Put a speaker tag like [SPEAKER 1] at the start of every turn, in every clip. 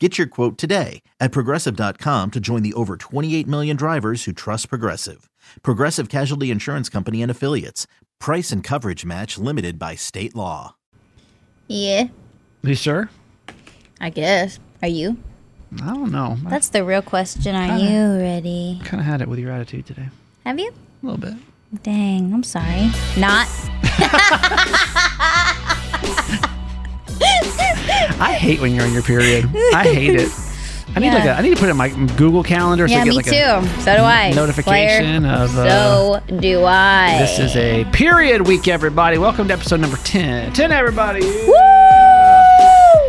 [SPEAKER 1] Get your quote today at progressive.com to join the over 28 million drivers who trust Progressive. Progressive Casualty Insurance Company and Affiliates. Price and coverage match limited by state law.
[SPEAKER 2] Yeah,
[SPEAKER 3] You sure?
[SPEAKER 2] I guess. Are you?
[SPEAKER 3] I don't know.
[SPEAKER 2] That's the real question. Are you ready?
[SPEAKER 3] I kind of had it with your attitude today.
[SPEAKER 2] Have you?
[SPEAKER 3] A little bit.
[SPEAKER 2] Dang, I'm sorry. Not.
[SPEAKER 3] I hate when you're on your period. I hate it. I need like a, I need to put it in my Google calendar so
[SPEAKER 2] yeah,
[SPEAKER 3] I get
[SPEAKER 2] me
[SPEAKER 3] like
[SPEAKER 2] too.
[SPEAKER 3] a
[SPEAKER 2] so do I.
[SPEAKER 3] notification
[SPEAKER 2] Claire,
[SPEAKER 3] of uh,
[SPEAKER 2] so do I.
[SPEAKER 3] this is a period week, everybody. Welcome to episode number 10. 10, everybody.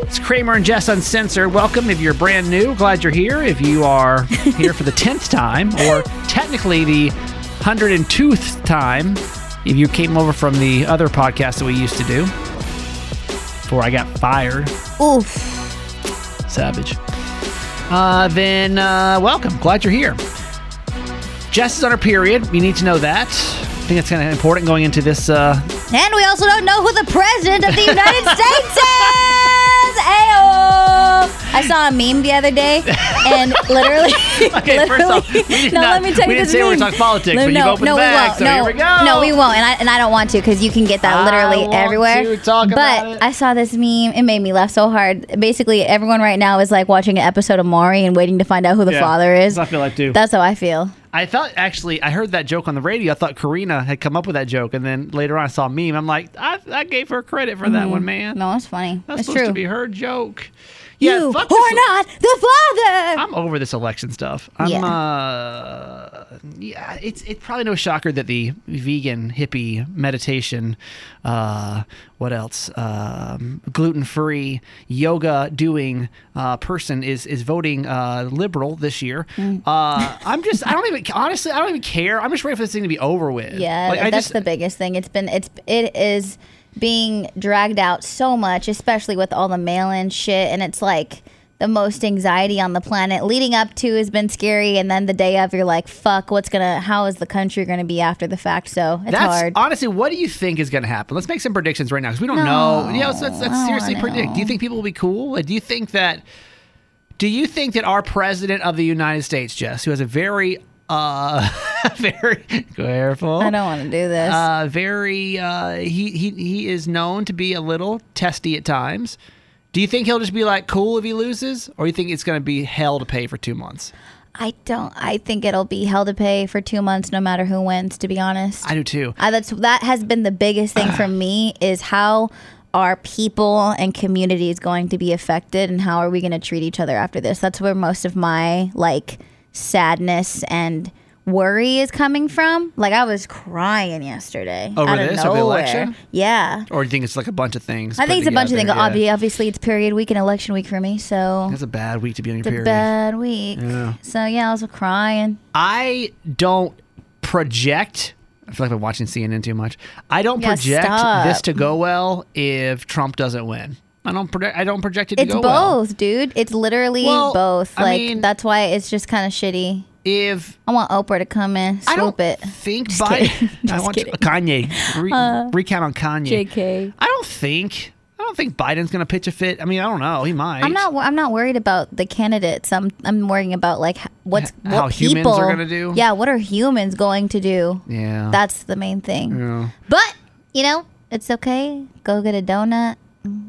[SPEAKER 3] It's Kramer and Jess Uncensored. Welcome. If you're brand new, glad you're here. If you are here for the 10th time, or technically the 102th time, if you came over from the other podcast that we used to do before I got fired,
[SPEAKER 2] Oof.
[SPEAKER 3] Savage, uh, then uh, welcome. Glad you're here. Jess is on her period. You need to know that. I think that's kind of important going into this uh,
[SPEAKER 2] And we also don't know who the president of the United States is. Ayo. I saw a meme the other day, and literally,
[SPEAKER 3] Okay, first
[SPEAKER 2] literally.
[SPEAKER 3] off, we did
[SPEAKER 2] no,
[SPEAKER 3] not-
[SPEAKER 2] let me tell
[SPEAKER 3] we
[SPEAKER 2] you
[SPEAKER 3] didn't
[SPEAKER 2] this
[SPEAKER 3] say we were
[SPEAKER 2] meme.
[SPEAKER 3] talking politics,
[SPEAKER 2] no,
[SPEAKER 3] but you've
[SPEAKER 2] no,
[SPEAKER 3] opened
[SPEAKER 2] no,
[SPEAKER 3] the bag,
[SPEAKER 2] we won't.
[SPEAKER 3] so
[SPEAKER 2] no,
[SPEAKER 3] here we go.
[SPEAKER 2] No, we won't, and I and I don't want to because you can get that literally
[SPEAKER 3] want
[SPEAKER 2] everywhere.
[SPEAKER 3] to talk
[SPEAKER 2] but
[SPEAKER 3] about it.
[SPEAKER 2] I saw this meme; it made me laugh so hard. Basically, everyone right now is like watching an episode of Maury and waiting to find out who the
[SPEAKER 3] Yeah,
[SPEAKER 2] father is.
[SPEAKER 3] that's what I feel like, too.
[SPEAKER 2] That's how I feel.
[SPEAKER 3] I thought actually I heard that joke on the radio. I thought Karina had come up with that joke, and then later on I saw a meme. I'm like, I, I gave her credit for that one, man.
[SPEAKER 2] Mm-hmm. No, it's funny.
[SPEAKER 3] That's
[SPEAKER 2] it's
[SPEAKER 3] supposed
[SPEAKER 2] true.
[SPEAKER 3] to be her joke. Yeah,
[SPEAKER 2] you
[SPEAKER 3] fuck
[SPEAKER 2] or
[SPEAKER 3] this-
[SPEAKER 2] not the father?
[SPEAKER 3] I'm over this election stuff. I'm
[SPEAKER 2] Yeah.
[SPEAKER 3] uh yeah, it's it's probably no shocker that the vegan hippie meditation uh what else? Um gluten-free yoga doing uh person is is voting uh liberal this year.
[SPEAKER 2] Mm.
[SPEAKER 3] Uh I'm just I don't even honestly I don't even care. I'm just ready for this thing to be over with.
[SPEAKER 2] Yeah,
[SPEAKER 3] Like, I
[SPEAKER 2] that's
[SPEAKER 3] just-
[SPEAKER 2] the biggest thing. It's been it's it is being dragged out so much, especially with all the mail in shit, and it's like the most anxiety on the planet. Leading up to has been scary, and then the day of, you're like, "Fuck, what's gonna? How is the country gonna be after the fact?" So it's
[SPEAKER 3] That's
[SPEAKER 2] hard.
[SPEAKER 3] honestly, what do you think is going to happen? Let's make some predictions right now because we don't know. You know, let's, let's, let's seriously predict. Do you think people will be cool? Like, do you think that? Do you think that our president of the United States, Jess, who has a very, uh, very careful,
[SPEAKER 2] I don't want to do this.
[SPEAKER 3] uh, very, uh, he he he is known to be a little testy at times. Do you think he'll just be like cool if he loses, or you think it's going to be hell to pay for two months?
[SPEAKER 2] I don't. I think it'll be hell to pay for two months, no matter who wins. To be honest,
[SPEAKER 3] I do too.
[SPEAKER 2] I, Uh, that's that has been the biggest thing for me is how are people and communities going to be affected and how are we going to treat each other after this that's where most of my like sadness and worry is coming from like i was crying yesterday
[SPEAKER 3] Over
[SPEAKER 2] out of
[SPEAKER 3] this? Over the
[SPEAKER 2] nowhere.
[SPEAKER 3] election?
[SPEAKER 2] yeah
[SPEAKER 3] Or do you think it's like a bunch of things?
[SPEAKER 2] i think it's a
[SPEAKER 3] put
[SPEAKER 2] bunch of things
[SPEAKER 3] together? Yeah.
[SPEAKER 2] Obvi- obviously it's period week and election week for me so
[SPEAKER 3] That's a bad week to be on your
[SPEAKER 2] it's a
[SPEAKER 3] period.
[SPEAKER 2] bad week so yeah i was crying
[SPEAKER 3] I don't project. I feel like I've been watching CNN too much. I don't
[SPEAKER 2] Yeah,
[SPEAKER 3] project
[SPEAKER 2] stop.
[SPEAKER 3] this to go well if Trump doesn't win. I don't project. I don't project it to
[SPEAKER 2] it's
[SPEAKER 3] go
[SPEAKER 2] both
[SPEAKER 3] well.
[SPEAKER 2] dude it's literally
[SPEAKER 3] Well,
[SPEAKER 2] both
[SPEAKER 3] I
[SPEAKER 2] like
[SPEAKER 3] mean-
[SPEAKER 2] that's why it's just kind of shitty
[SPEAKER 3] If
[SPEAKER 2] I want Oprah to come in,
[SPEAKER 3] I don't
[SPEAKER 2] swoop it.
[SPEAKER 3] think
[SPEAKER 2] Just
[SPEAKER 3] Biden,
[SPEAKER 2] kidding.
[SPEAKER 3] I
[SPEAKER 2] Just
[SPEAKER 3] want to,
[SPEAKER 2] kidding. Uh,
[SPEAKER 3] Kanye re, recount on Kanye.
[SPEAKER 2] JK.
[SPEAKER 3] I don't think. I don't think Biden's going to pitch a fit. I mean, I don't know. He might.
[SPEAKER 2] I'm not. wor- I'm not worried about the candidates. I'm. I'm worrying about like h- what's
[SPEAKER 3] H-
[SPEAKER 2] what
[SPEAKER 3] how
[SPEAKER 2] people,
[SPEAKER 3] humans are gonna do?
[SPEAKER 2] Yeah, what are humans going to do?
[SPEAKER 3] Yeah. Mm.
[SPEAKER 2] That's the main thing.
[SPEAKER 3] Yeah.
[SPEAKER 2] But you know, it's okay. Go get a donut.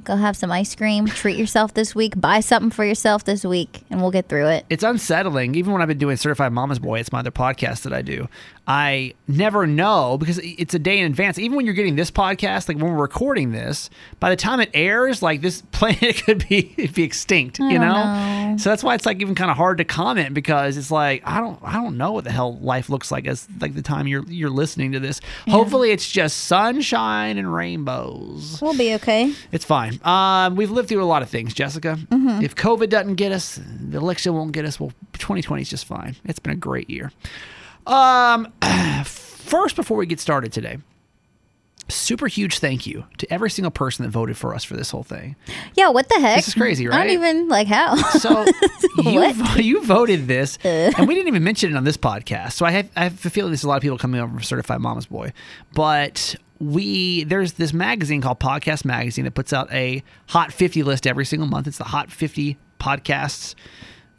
[SPEAKER 2] Go have some ice cream. Treat yourself this week. Buy something for yourself this week, and we'll get through it.
[SPEAKER 3] it's unsettling. Even when I've been doing Certified Mama's Boy, it's my other podcast that I do. I never know because it's a day in advance. Even when you're getting this podcast, like when we're recording this, by the time it airs, like this planet could be it'd be extinct. you know? so that's why it's like even kind of hard to comment because it's like I don't I don't know what the hell life looks like as like the time you're you're listening to this. Hopefully, it's just sunshine and rainbows.
[SPEAKER 2] We'll be okay.
[SPEAKER 3] It's fine. Um, we've lived through a lot of things, Jessica. If COVID doesn't get us, the election won't get us. Well, 2020 is just fine. It's been a great year. Um, first, before we get started today, super huge thank you to every single person that voted for us for this whole thing.
[SPEAKER 2] Yeah, what the heck?
[SPEAKER 3] This is crazy,
[SPEAKER 2] I
[SPEAKER 3] right?
[SPEAKER 2] don't even like how.
[SPEAKER 3] So you,
[SPEAKER 2] What?
[SPEAKER 3] vo- you voted this, and we didn't even mention it on this podcast. So I have, I have a feeling there's a lot of people coming over from Certified Mama's Boy, but we there's this magazine called Podcast Magazine that puts out a Hot 50 list every single month. It's the Hot 50 podcasts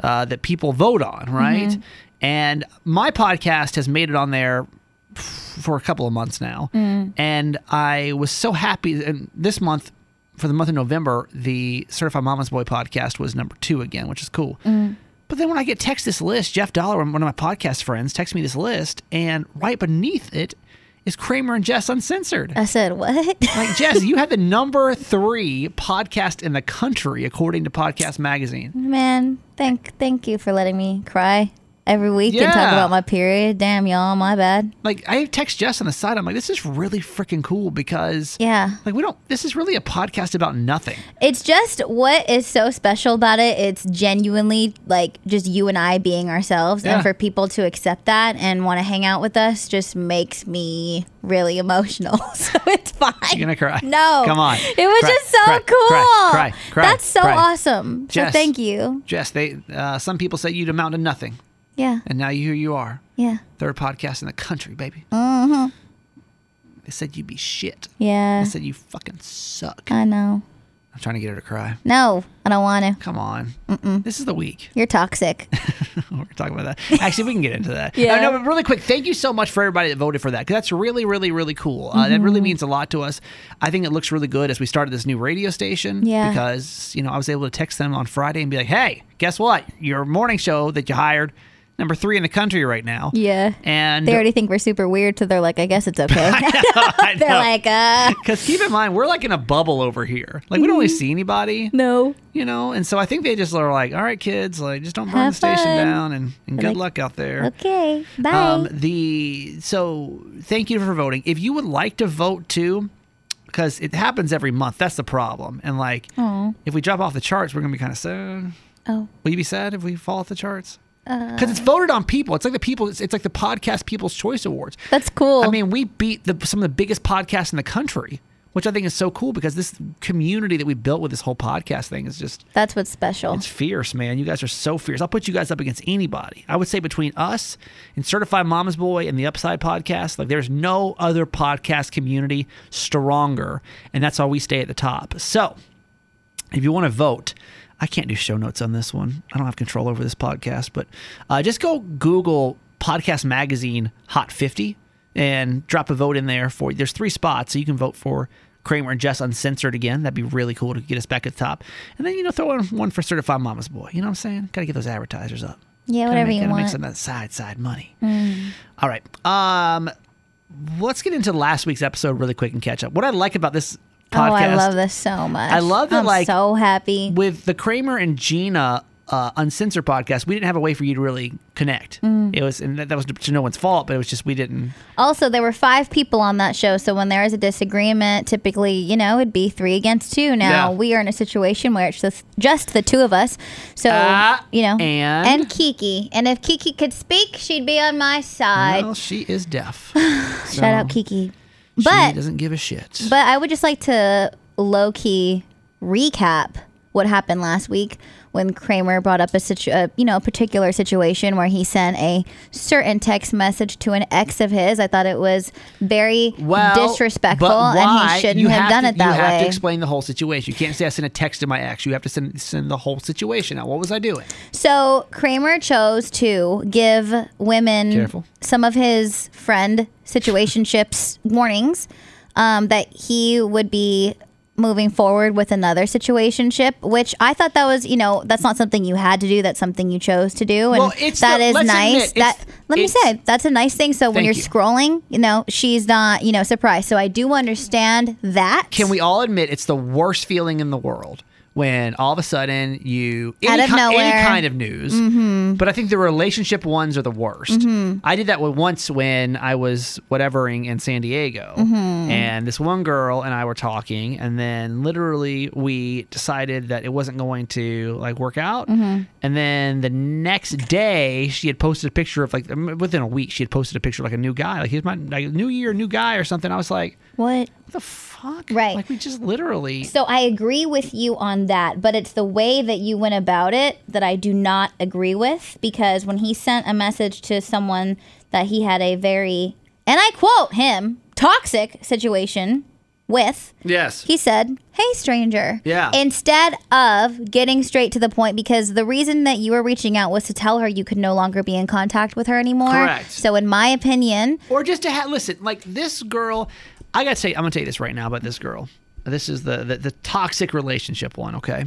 [SPEAKER 3] uh, that people vote on, right? And my podcast has made it on there for a couple of months now, and I was so happy. And this month, for the month of November, the Certified Mama's Boy podcast was number two again, which is cool. But then when I get text this list, Jeff Dollar, one of my podcast friends, texts me this list, and right beneath it is Kramer and Jess Uncensored.
[SPEAKER 2] I said, what?
[SPEAKER 3] Like Jess, you have the number three podcast in the country according to Podcast Magazine.
[SPEAKER 2] Man, thank thank you for letting me cry every week and
[SPEAKER 3] Yeah.
[SPEAKER 2] talk about my period. Damn, y'all, my bad.
[SPEAKER 3] Like I text Jess on the side, I'm like, this is really freaking cool because
[SPEAKER 2] Yeah.
[SPEAKER 3] like we don't. This is really a podcast about nothing.
[SPEAKER 2] It's just what is so special about it. It's genuinely like just you and I being ourselves.
[SPEAKER 3] Yeah.
[SPEAKER 2] And for people to accept that and want to hang out with us just makes me really emotional. so it's fine.
[SPEAKER 3] You're gonna cry.
[SPEAKER 2] No.
[SPEAKER 3] come on.
[SPEAKER 2] It was
[SPEAKER 3] Cry,
[SPEAKER 2] just so
[SPEAKER 3] cry,
[SPEAKER 2] cool.
[SPEAKER 3] Cry, cry, cry,
[SPEAKER 2] That's so
[SPEAKER 3] cry.
[SPEAKER 2] awesome.
[SPEAKER 3] Jess.
[SPEAKER 2] So thank you.
[SPEAKER 3] Jess, they uh, some people said you'd amount to nothing,
[SPEAKER 2] Yeah.
[SPEAKER 3] and now here you are,
[SPEAKER 2] Yeah. Uh-huh.
[SPEAKER 3] third podcast in the country, baby. They said you'd be shit.
[SPEAKER 2] Yeah. Uh.
[SPEAKER 3] They said you fucking suck.
[SPEAKER 2] I know.
[SPEAKER 3] I'm trying to get her to cry.
[SPEAKER 2] No, I don't want to.
[SPEAKER 3] Come on. This is the week.
[SPEAKER 2] You're toxic.
[SPEAKER 3] We're talking about that. Actually, we can get into that.
[SPEAKER 2] Yeah.
[SPEAKER 3] Uh, no, but really quick, thank you so much for everybody that voted for that. 'cause that's really, really, really cool. Uh, That
[SPEAKER 2] Mm-hmm.
[SPEAKER 3] really means a lot to us. I think it looks really good as we started this new radio station.
[SPEAKER 2] Yeah.
[SPEAKER 3] Because you know I was able to text them on Friday and be like, "Hey, guess what? Your morning show that you hired, number three in the country right now."
[SPEAKER 2] Yeah.
[SPEAKER 3] And
[SPEAKER 2] They already think we're super weird, so they're like, I guess it's okay.
[SPEAKER 3] I
[SPEAKER 2] they're
[SPEAKER 3] know.
[SPEAKER 2] like, uh,
[SPEAKER 3] Because keep in mind, we're like in a bubble over here. Like, we don't
[SPEAKER 2] Mm-hmm.
[SPEAKER 3] really see anybody,
[SPEAKER 2] no.
[SPEAKER 3] you know? And so I think they just are like, all right, kids, like, just don't burn
[SPEAKER 2] Have
[SPEAKER 3] the station
[SPEAKER 2] fun."
[SPEAKER 3] down and, and good
[SPEAKER 2] like,
[SPEAKER 3] luck out there.
[SPEAKER 2] Okay, bye.
[SPEAKER 3] Um, the so thank you for voting. If you would like to vote too, because it happens every month. That's the problem. And like, if we drop off the charts, we're gonna be kind of sad.
[SPEAKER 2] oh, Uh.
[SPEAKER 3] Will you be sad if we fall off the charts? Because it's voted on people. It's like the people. It's, it's like the podcast People's Choice Awards.
[SPEAKER 2] that's cool.
[SPEAKER 3] I mean, we beat the, some of the biggest podcasts in the country, which I think is so cool because this community that we built with this whole podcast thing is just
[SPEAKER 2] that's what's special.
[SPEAKER 3] it's fierce, man. You guys are so fierce. I'll put you guys up against anybody. I would say between us and Certified Mama's Boy and the Upside Podcast, like there's no other podcast community stronger, and that's why we stay at the top. So, if you want to vote, I can't do show notes on this one. I don't have control over this podcast, but uh, just go Google Podcast Magazine Hot 50 and drop a vote in there for. There's three spots, so you can vote for Kramer and Jess Uncensored again. That'd be really cool to get us back at the top. And then, you know, throw in one for Certified Mama's Boy. You know what I'm saying? Got to get those advertisers up.
[SPEAKER 2] Yeah,
[SPEAKER 3] Gotta
[SPEAKER 2] whatever
[SPEAKER 3] make-
[SPEAKER 2] you
[SPEAKER 3] gotta Make
[SPEAKER 2] want. Mm.
[SPEAKER 3] some of that side, side money. All right. Um, let's get into last week's episode really quick and catch up. What I like about this
[SPEAKER 2] Oh,
[SPEAKER 3] podcast
[SPEAKER 2] I love this so much.
[SPEAKER 3] I love that,
[SPEAKER 2] I'm
[SPEAKER 3] like-
[SPEAKER 2] so happy.
[SPEAKER 3] with the Kramer and Gina uh, uncensored podcast, we didn't have a way for you to really connect.
[SPEAKER 2] Mm.
[SPEAKER 3] It was, and that, that was to no one's fault, but it was just we didn't.
[SPEAKER 2] Also, there were five people on that show, so when there is a disagreement, typically, you know, it'd be three against two. Now
[SPEAKER 3] Yeah.
[SPEAKER 2] we are in a situation where it's just just the two of us, so
[SPEAKER 3] Ah,
[SPEAKER 2] you know,
[SPEAKER 3] and?
[SPEAKER 2] and Kiki. And if Kiki could speak, she'd be on my side.
[SPEAKER 3] well, she is deaf. so
[SPEAKER 2] Shout out Kiki.
[SPEAKER 3] She
[SPEAKER 2] But
[SPEAKER 3] doesn't give a shit.
[SPEAKER 2] But I would just like to low key recap what happened last week when Kramer brought up a situ- uh, you know a particular situation where he sent a certain text message to an ex of his. I thought it was very
[SPEAKER 3] well,
[SPEAKER 2] disrespectful, and
[SPEAKER 3] but why?
[SPEAKER 2] he shouldn't
[SPEAKER 3] You
[SPEAKER 2] have,
[SPEAKER 3] have
[SPEAKER 2] done
[SPEAKER 3] to-
[SPEAKER 2] it that
[SPEAKER 3] You have to
[SPEAKER 2] way.
[SPEAKER 3] explain the whole situation. You can't say I sent a text to my ex. You have to send send the whole situation. Now, what was I doing?
[SPEAKER 2] So Kramer chose to give women
[SPEAKER 3] Careful.
[SPEAKER 2] some of his friend situationships warnings um, that he would be moving forward with another situationship, which I thought that was, you know, that's not something you had to do. That's something you chose to do, and
[SPEAKER 3] Well, it's
[SPEAKER 2] that
[SPEAKER 3] the-
[SPEAKER 2] is
[SPEAKER 3] let's
[SPEAKER 2] nice.
[SPEAKER 3] admit,
[SPEAKER 2] that
[SPEAKER 3] it's-
[SPEAKER 2] let me
[SPEAKER 3] it's-
[SPEAKER 2] say that's a nice thing. So when
[SPEAKER 3] Thank
[SPEAKER 2] you're
[SPEAKER 3] you.
[SPEAKER 2] scrolling, you know, she's not, you know, surprised. So I do understand that.
[SPEAKER 3] Can we all admit it's the worst feeling in the world when all of a sudden you
[SPEAKER 2] Out
[SPEAKER 3] any,
[SPEAKER 2] of
[SPEAKER 3] ki- any
[SPEAKER 2] nowhere. Mm-hmm.
[SPEAKER 3] kind of news? But I think the relationship ones are the worst. I did that with- once when I was whatevering in San Diego,
[SPEAKER 2] Mm-hmm.
[SPEAKER 3] and this one girl and I were talking, and then literally we decided that it wasn't going to like work out.
[SPEAKER 2] Mm-hmm.
[SPEAKER 3] And then the next day, she had posted a picture of like um, within a week, she had posted a picture of like a new guy, like here's my like, new year, new guy or something. I was like
[SPEAKER 2] What?
[SPEAKER 3] the fuck?
[SPEAKER 2] Right.
[SPEAKER 3] Like we just literally.
[SPEAKER 2] So I agree with you on that, but it's the way that you went about it that I do not agree with because when he sent a message to someone that he had a very, and I quote him, toxic situation with,
[SPEAKER 3] yes.
[SPEAKER 2] he said, Hey, stranger.
[SPEAKER 3] Yeah.
[SPEAKER 2] Instead of getting straight to the point, because the reason that you were reaching out was to tell her you could no longer be in contact with her anymore.
[SPEAKER 3] Correct.
[SPEAKER 2] So, in my opinion,
[SPEAKER 3] or just to have listen, like this girl. I gotta say, I'm gonna tell you this right now about this girl. This is the the, the toxic relationship one. Okay.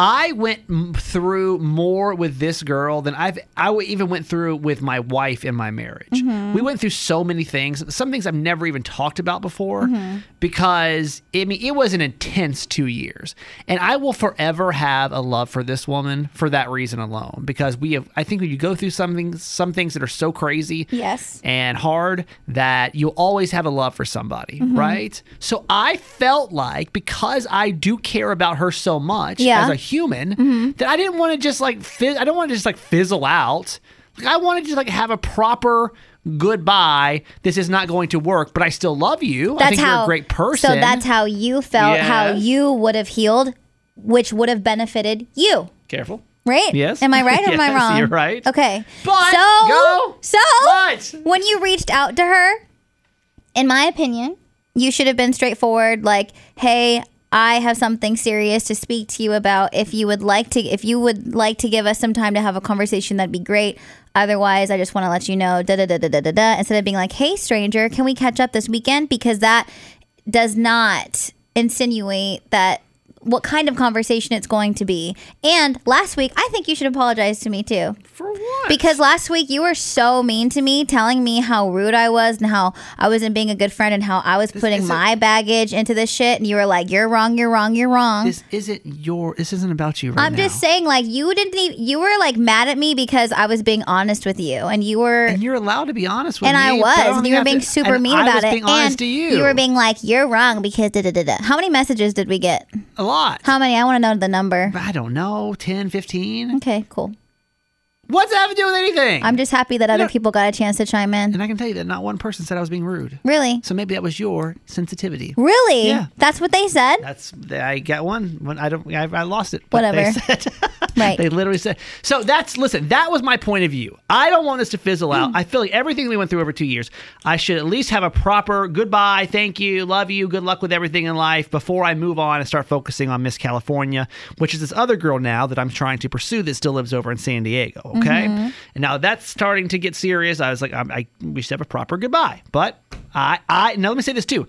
[SPEAKER 3] I went m- through more with this girl than I've I w- even went through with my wife in my marriage. We went through so many things, some things I've never even talked about before because I mean it was an intense 2 years. And I will forever have a love for this woman for that reason alone because we have I think when you go through something some things that are so crazy
[SPEAKER 2] Yes.
[SPEAKER 3] and hard that you'll always have a love for somebody,
[SPEAKER 2] Mm-hmm.
[SPEAKER 3] right? So I felt like because I do care about her so much
[SPEAKER 2] Yeah. Mm-hmm.
[SPEAKER 3] as a human that I didn't want to just like fizz- I don't want to just like fizzle out. Like I wanted to like have a proper goodbye. This is not going to work, but I still love you. I think you're a great person.
[SPEAKER 2] So that's how you felt, how
[SPEAKER 3] Yes.
[SPEAKER 2] you would have healed, which would have benefited you,
[SPEAKER 3] careful.
[SPEAKER 2] right?
[SPEAKER 3] Yes.
[SPEAKER 2] Am I right or am I
[SPEAKER 3] Yes,
[SPEAKER 2] wrong?
[SPEAKER 3] you're right.
[SPEAKER 2] Okay.
[SPEAKER 3] But-
[SPEAKER 2] so
[SPEAKER 3] go.
[SPEAKER 2] so
[SPEAKER 3] But-
[SPEAKER 2] when you reached out to her, in my opinion, you should have been straightforward. Like, hey. I have something serious to speak to you about. If you would like to, if you would like to give us some time to have a conversation, that'd be great. Otherwise, I just want to let you know. Da da da da da da da. Instead of being like, "Hey, stranger, can we catch up this weekend?" Because that does not insinuate that what kind of conversation it's going to be. And last week, I think you should apologize to me too.
[SPEAKER 3] For what?
[SPEAKER 2] Because last week you were so mean to me, telling me how rude I was and how I wasn't being a good friend and how I was putting
[SPEAKER 3] isn't-
[SPEAKER 2] my baggage into this shit. And you were like, "You're wrong. You're wrong. You're wrong."
[SPEAKER 3] this isn't your this isn't about you right
[SPEAKER 2] I'm
[SPEAKER 3] now.
[SPEAKER 2] just saying, like you didn't. Even, you were like mad at me because I was being honest with you, and you were
[SPEAKER 3] and you're allowed to be honest with
[SPEAKER 2] and
[SPEAKER 3] me.
[SPEAKER 2] I
[SPEAKER 3] but
[SPEAKER 2] was,
[SPEAKER 3] don't
[SPEAKER 2] and
[SPEAKER 3] think
[SPEAKER 2] you
[SPEAKER 3] I
[SPEAKER 2] were
[SPEAKER 3] have
[SPEAKER 2] being
[SPEAKER 3] to-
[SPEAKER 2] super
[SPEAKER 3] and
[SPEAKER 2] mean
[SPEAKER 3] I
[SPEAKER 2] about
[SPEAKER 3] was
[SPEAKER 2] it.
[SPEAKER 3] being honest
[SPEAKER 2] and
[SPEAKER 3] to you.
[SPEAKER 2] were being like, "You're wrong because da da da da." How many messages did we get?
[SPEAKER 3] a lot.
[SPEAKER 2] How many? I want to know the number.
[SPEAKER 3] I don't know, 10, 15.
[SPEAKER 2] Okay, cool.
[SPEAKER 3] What's that have to do with anything?
[SPEAKER 2] I'm just happy that other
[SPEAKER 3] No.
[SPEAKER 2] people got a chance to chime in.
[SPEAKER 3] and I can tell you that not one person said I was being rude.
[SPEAKER 2] Really,
[SPEAKER 3] So maybe that was your sensitivity.
[SPEAKER 2] really,
[SPEAKER 3] Yeah.
[SPEAKER 2] that's what they said.
[SPEAKER 3] That's I got one when I don't I, I lost it. but
[SPEAKER 2] Whatever.
[SPEAKER 3] They, said,
[SPEAKER 2] Right.
[SPEAKER 3] they literally said. So that's listen. That was my point of view. I don't want this to fizzle out.
[SPEAKER 2] Hmm.
[SPEAKER 3] I feel like everything we went through over two years. I should at least have a proper goodbye, thank you, love you, good luck with everything in life before I move on and start focusing on Miss California, which is this other girl now that I'm trying to pursue that still lives over in San Diego. Okay.
[SPEAKER 2] Mm-hmm.
[SPEAKER 3] And now that's starting to get serious. I was like, I, I we should have a proper goodbye. But I I now let me say this too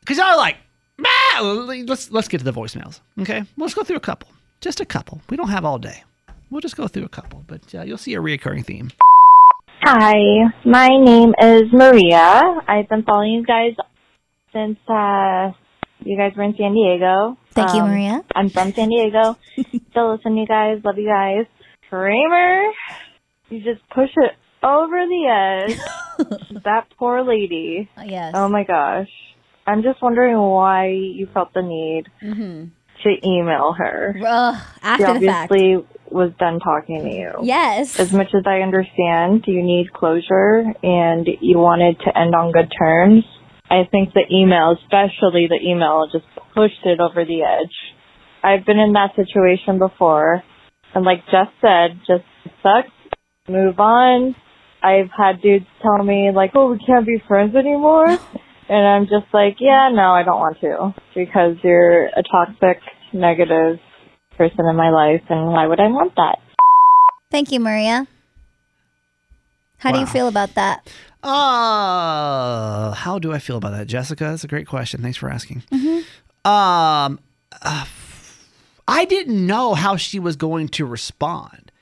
[SPEAKER 3] because I was like, "Ah, let's let's get to the voicemails. Okay, let's go through a couple, just a couple. We don't have all day. We'll just go through a couple, but uh, you'll see a reoccurring theme.
[SPEAKER 4] Hi, my name is Maria. I've been following you guys since uh, you guys were in San Diego. Um,
[SPEAKER 2] Thank you, Maria.
[SPEAKER 4] I'm from San Diego. Still listen to you guys. Love you guys. Kramer, you just push it over the edge. that poor lady.
[SPEAKER 2] Yes.
[SPEAKER 4] Oh my gosh. I'm just wondering why you felt the need to email her.
[SPEAKER 2] Mm-hmm. Ugh,
[SPEAKER 4] She
[SPEAKER 2] after the fact.
[SPEAKER 4] obviously was done talking to you
[SPEAKER 2] Yes.
[SPEAKER 4] as much as I understand, you need closure and you wanted to end on good terms. I think the email, especially the email, just pushed it over the edge. I've been in that situation before. And like Jess said, just sucks. Move on. I've had dudes tell me like, oh, we can't be friends anymore. And I'm just like, yeah, no, I don't want to because you're a toxic, negative person in my life. And why would I want that?
[SPEAKER 2] Thank you, Maria. How do you
[SPEAKER 3] Wow.
[SPEAKER 2] feel about that?
[SPEAKER 3] Uh, how do I feel about that, Jessica? That's a great question. Thanks for asking. Um, uh, I didn't know how she was going to respond.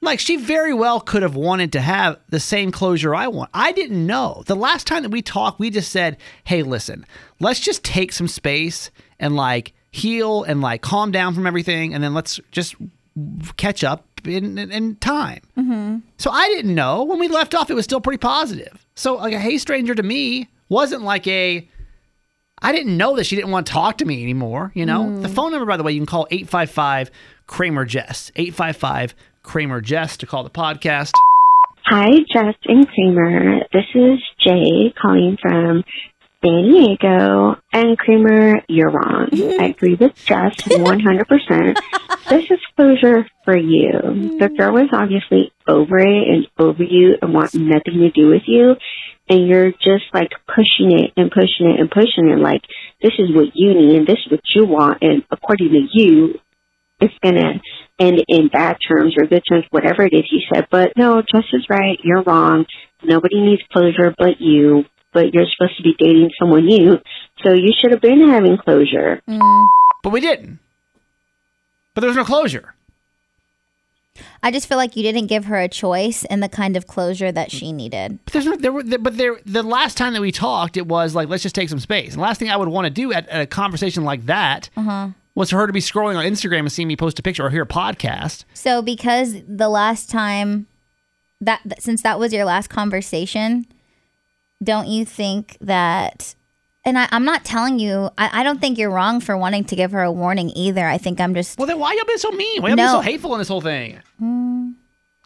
[SPEAKER 3] Like she very well could have wanted to have the same closure I want. I didn't know. The last time that we talked, we just said, "Hey, listen, let's just take some space and like heal and like calm down from everything, and then let's just catch up in in, in time." So I didn't know. When we left off, it was still pretty positive. So like a hey stranger to me wasn't like a I didn't know that she didn't want to talk to me anymore, you know? The phone number, by the way, you can call 855 Kramer Jess. 855 Kramer Jess to call the podcast.
[SPEAKER 5] Hi, Jess and Kramer. This is Jay calling from San Diego. And Kramer, you're wrong. I agree with Jess 100%. this is closure for you. The girl was obviously over it and over you and want nothing to do with you. And you're just like pushing it and pushing it and pushing it. Like, this is what you need and this is what you want. And according to you, it's gonna end in bad terms or good terms, whatever it is you said. But no, Jess is right. You're wrong. Nobody needs closure but you. But you're supposed to be dating someone new, so you should have been having closure.
[SPEAKER 3] But we didn't. But there was no closure.
[SPEAKER 2] I just feel like you didn't give her a choice and the kind of closure that she needed.
[SPEAKER 3] But there's no, there were, there, but there, the last time that we talked, it was like, let's just take some space. And the last thing I would want to do at, at a conversation like that was for her to be scrolling on Instagram and see me post a picture or hear a podcast.
[SPEAKER 2] So because the last time that th- since that was your last conversation, don't you think that and I, I'm not telling you I, I don't think you're wrong for wanting to give her a warning either. I think I'm just
[SPEAKER 3] Well, then why y'all been so mean? Why y'all been
[SPEAKER 2] No.
[SPEAKER 3] so hateful in this whole thing?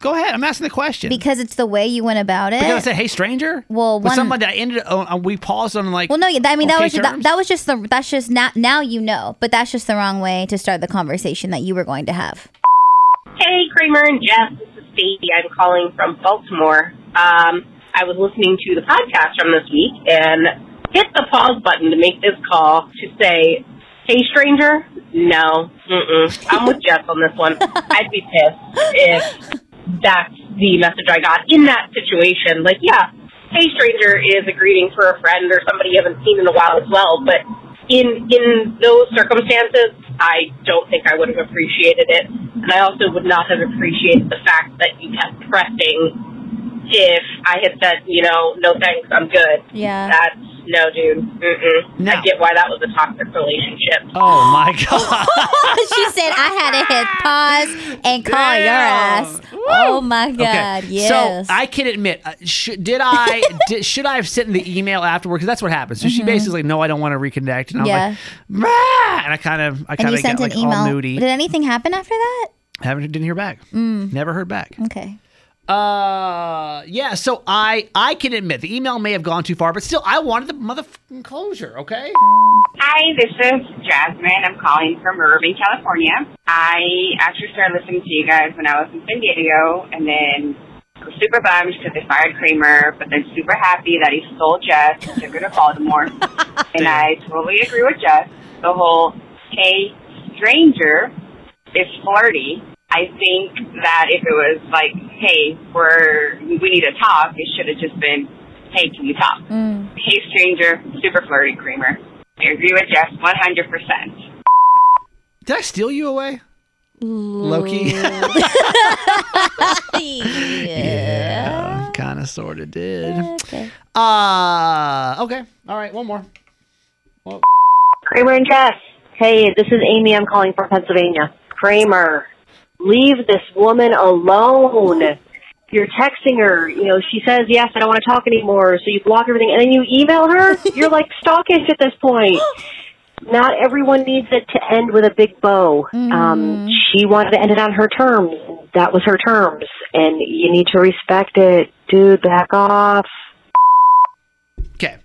[SPEAKER 3] Go ahead. I'm asking the question.
[SPEAKER 2] because it's the way you went about it.
[SPEAKER 3] Because I said, "Hey, stranger."
[SPEAKER 2] Well,
[SPEAKER 3] with
[SPEAKER 2] one-
[SPEAKER 3] somebody that I ended, oh, uh, we paused on like.
[SPEAKER 2] well, no, I mean that
[SPEAKER 3] okay
[SPEAKER 2] was just, that,
[SPEAKER 3] terms?
[SPEAKER 2] that was just the that's just not now you know, but that's just the wrong way to start the conversation that you were going to have.
[SPEAKER 6] Hey, Kramer and Jeff. This is Stacy. I'm calling from Baltimore. Um, I was listening to the podcast from this week and hit the pause button to make this call to say, "Hey, stranger, no, mm-mm. I'm with Jeff on this one. I'd be pissed if that's the message I got in that situation. Like, yeah, hey, stranger is a greeting for a friend or somebody you haven't seen in a while as well, but." In in those circumstances, I don't think I would have appreciated it, and I also would not have appreciated the fact that you kept pressing. If I had said, you know, no thanks, I'm good.
[SPEAKER 2] Yeah.
[SPEAKER 6] That's no, dude. Mm-mm.
[SPEAKER 3] No.
[SPEAKER 6] I get why that was a toxic relationship.
[SPEAKER 3] oh my god!
[SPEAKER 2] she said I had to hit pause and call your
[SPEAKER 3] Damn.
[SPEAKER 2] ass.
[SPEAKER 3] Woo.
[SPEAKER 2] Oh my
[SPEAKER 3] Okay,
[SPEAKER 2] god. Yes.
[SPEAKER 3] So I can admit, uh, sh- did I did, should I have sent in the email afterward? Because that's what happened. So she basically, no, I don't want to reconnect, and I'm
[SPEAKER 2] Mm-hmm. Yeah.
[SPEAKER 3] like, "Rah!" and I kind of, I
[SPEAKER 2] and
[SPEAKER 3] kind
[SPEAKER 2] you
[SPEAKER 3] of got
[SPEAKER 2] sent an
[SPEAKER 3] like all
[SPEAKER 2] email.
[SPEAKER 3] moody.
[SPEAKER 2] Did Mm. anything happen after that?
[SPEAKER 3] Haven't didn't hear back. Never heard back.
[SPEAKER 2] Okay.
[SPEAKER 3] Uh, yeah. So I, I can admit the email may have gone too far, but still, I wanted the motherfucking closure. Okay.
[SPEAKER 7] Hi, this is Jasmine. I'm calling from Irvine, California. I actually started listening to you guys when I was in San Diego, and then I was super bummed because they fired Kramer, but then super happy that he stole Jess and took her to Baltimore. and I totally agree with Jess. The whole, hey, stranger is flirty. I think that if it was like, hey, we're, we need to talk, it should have just been, hey, can you talk? Hey, stranger, super flirty creamer. I agree with Jeff 100%.
[SPEAKER 3] Did I steal you away, Loki? Yeah, kind of, sort of did.
[SPEAKER 2] Okay.
[SPEAKER 3] Uh, okay. All right, one more.
[SPEAKER 4] Kramer and Jess. Hey, this is Amy. I'm calling from Pennsylvania. Kramer, leave this woman alone. You're texting her. You know, she says, yes, I don't want to talk anymore. So you block everything. And then you email her. You're like stalkish at this point. Not everyone needs it to end with a big bow. Um, she wanted to end it on her terms. That was her terms. And you need to respect it. Dude, back off.
[SPEAKER 3] Okay,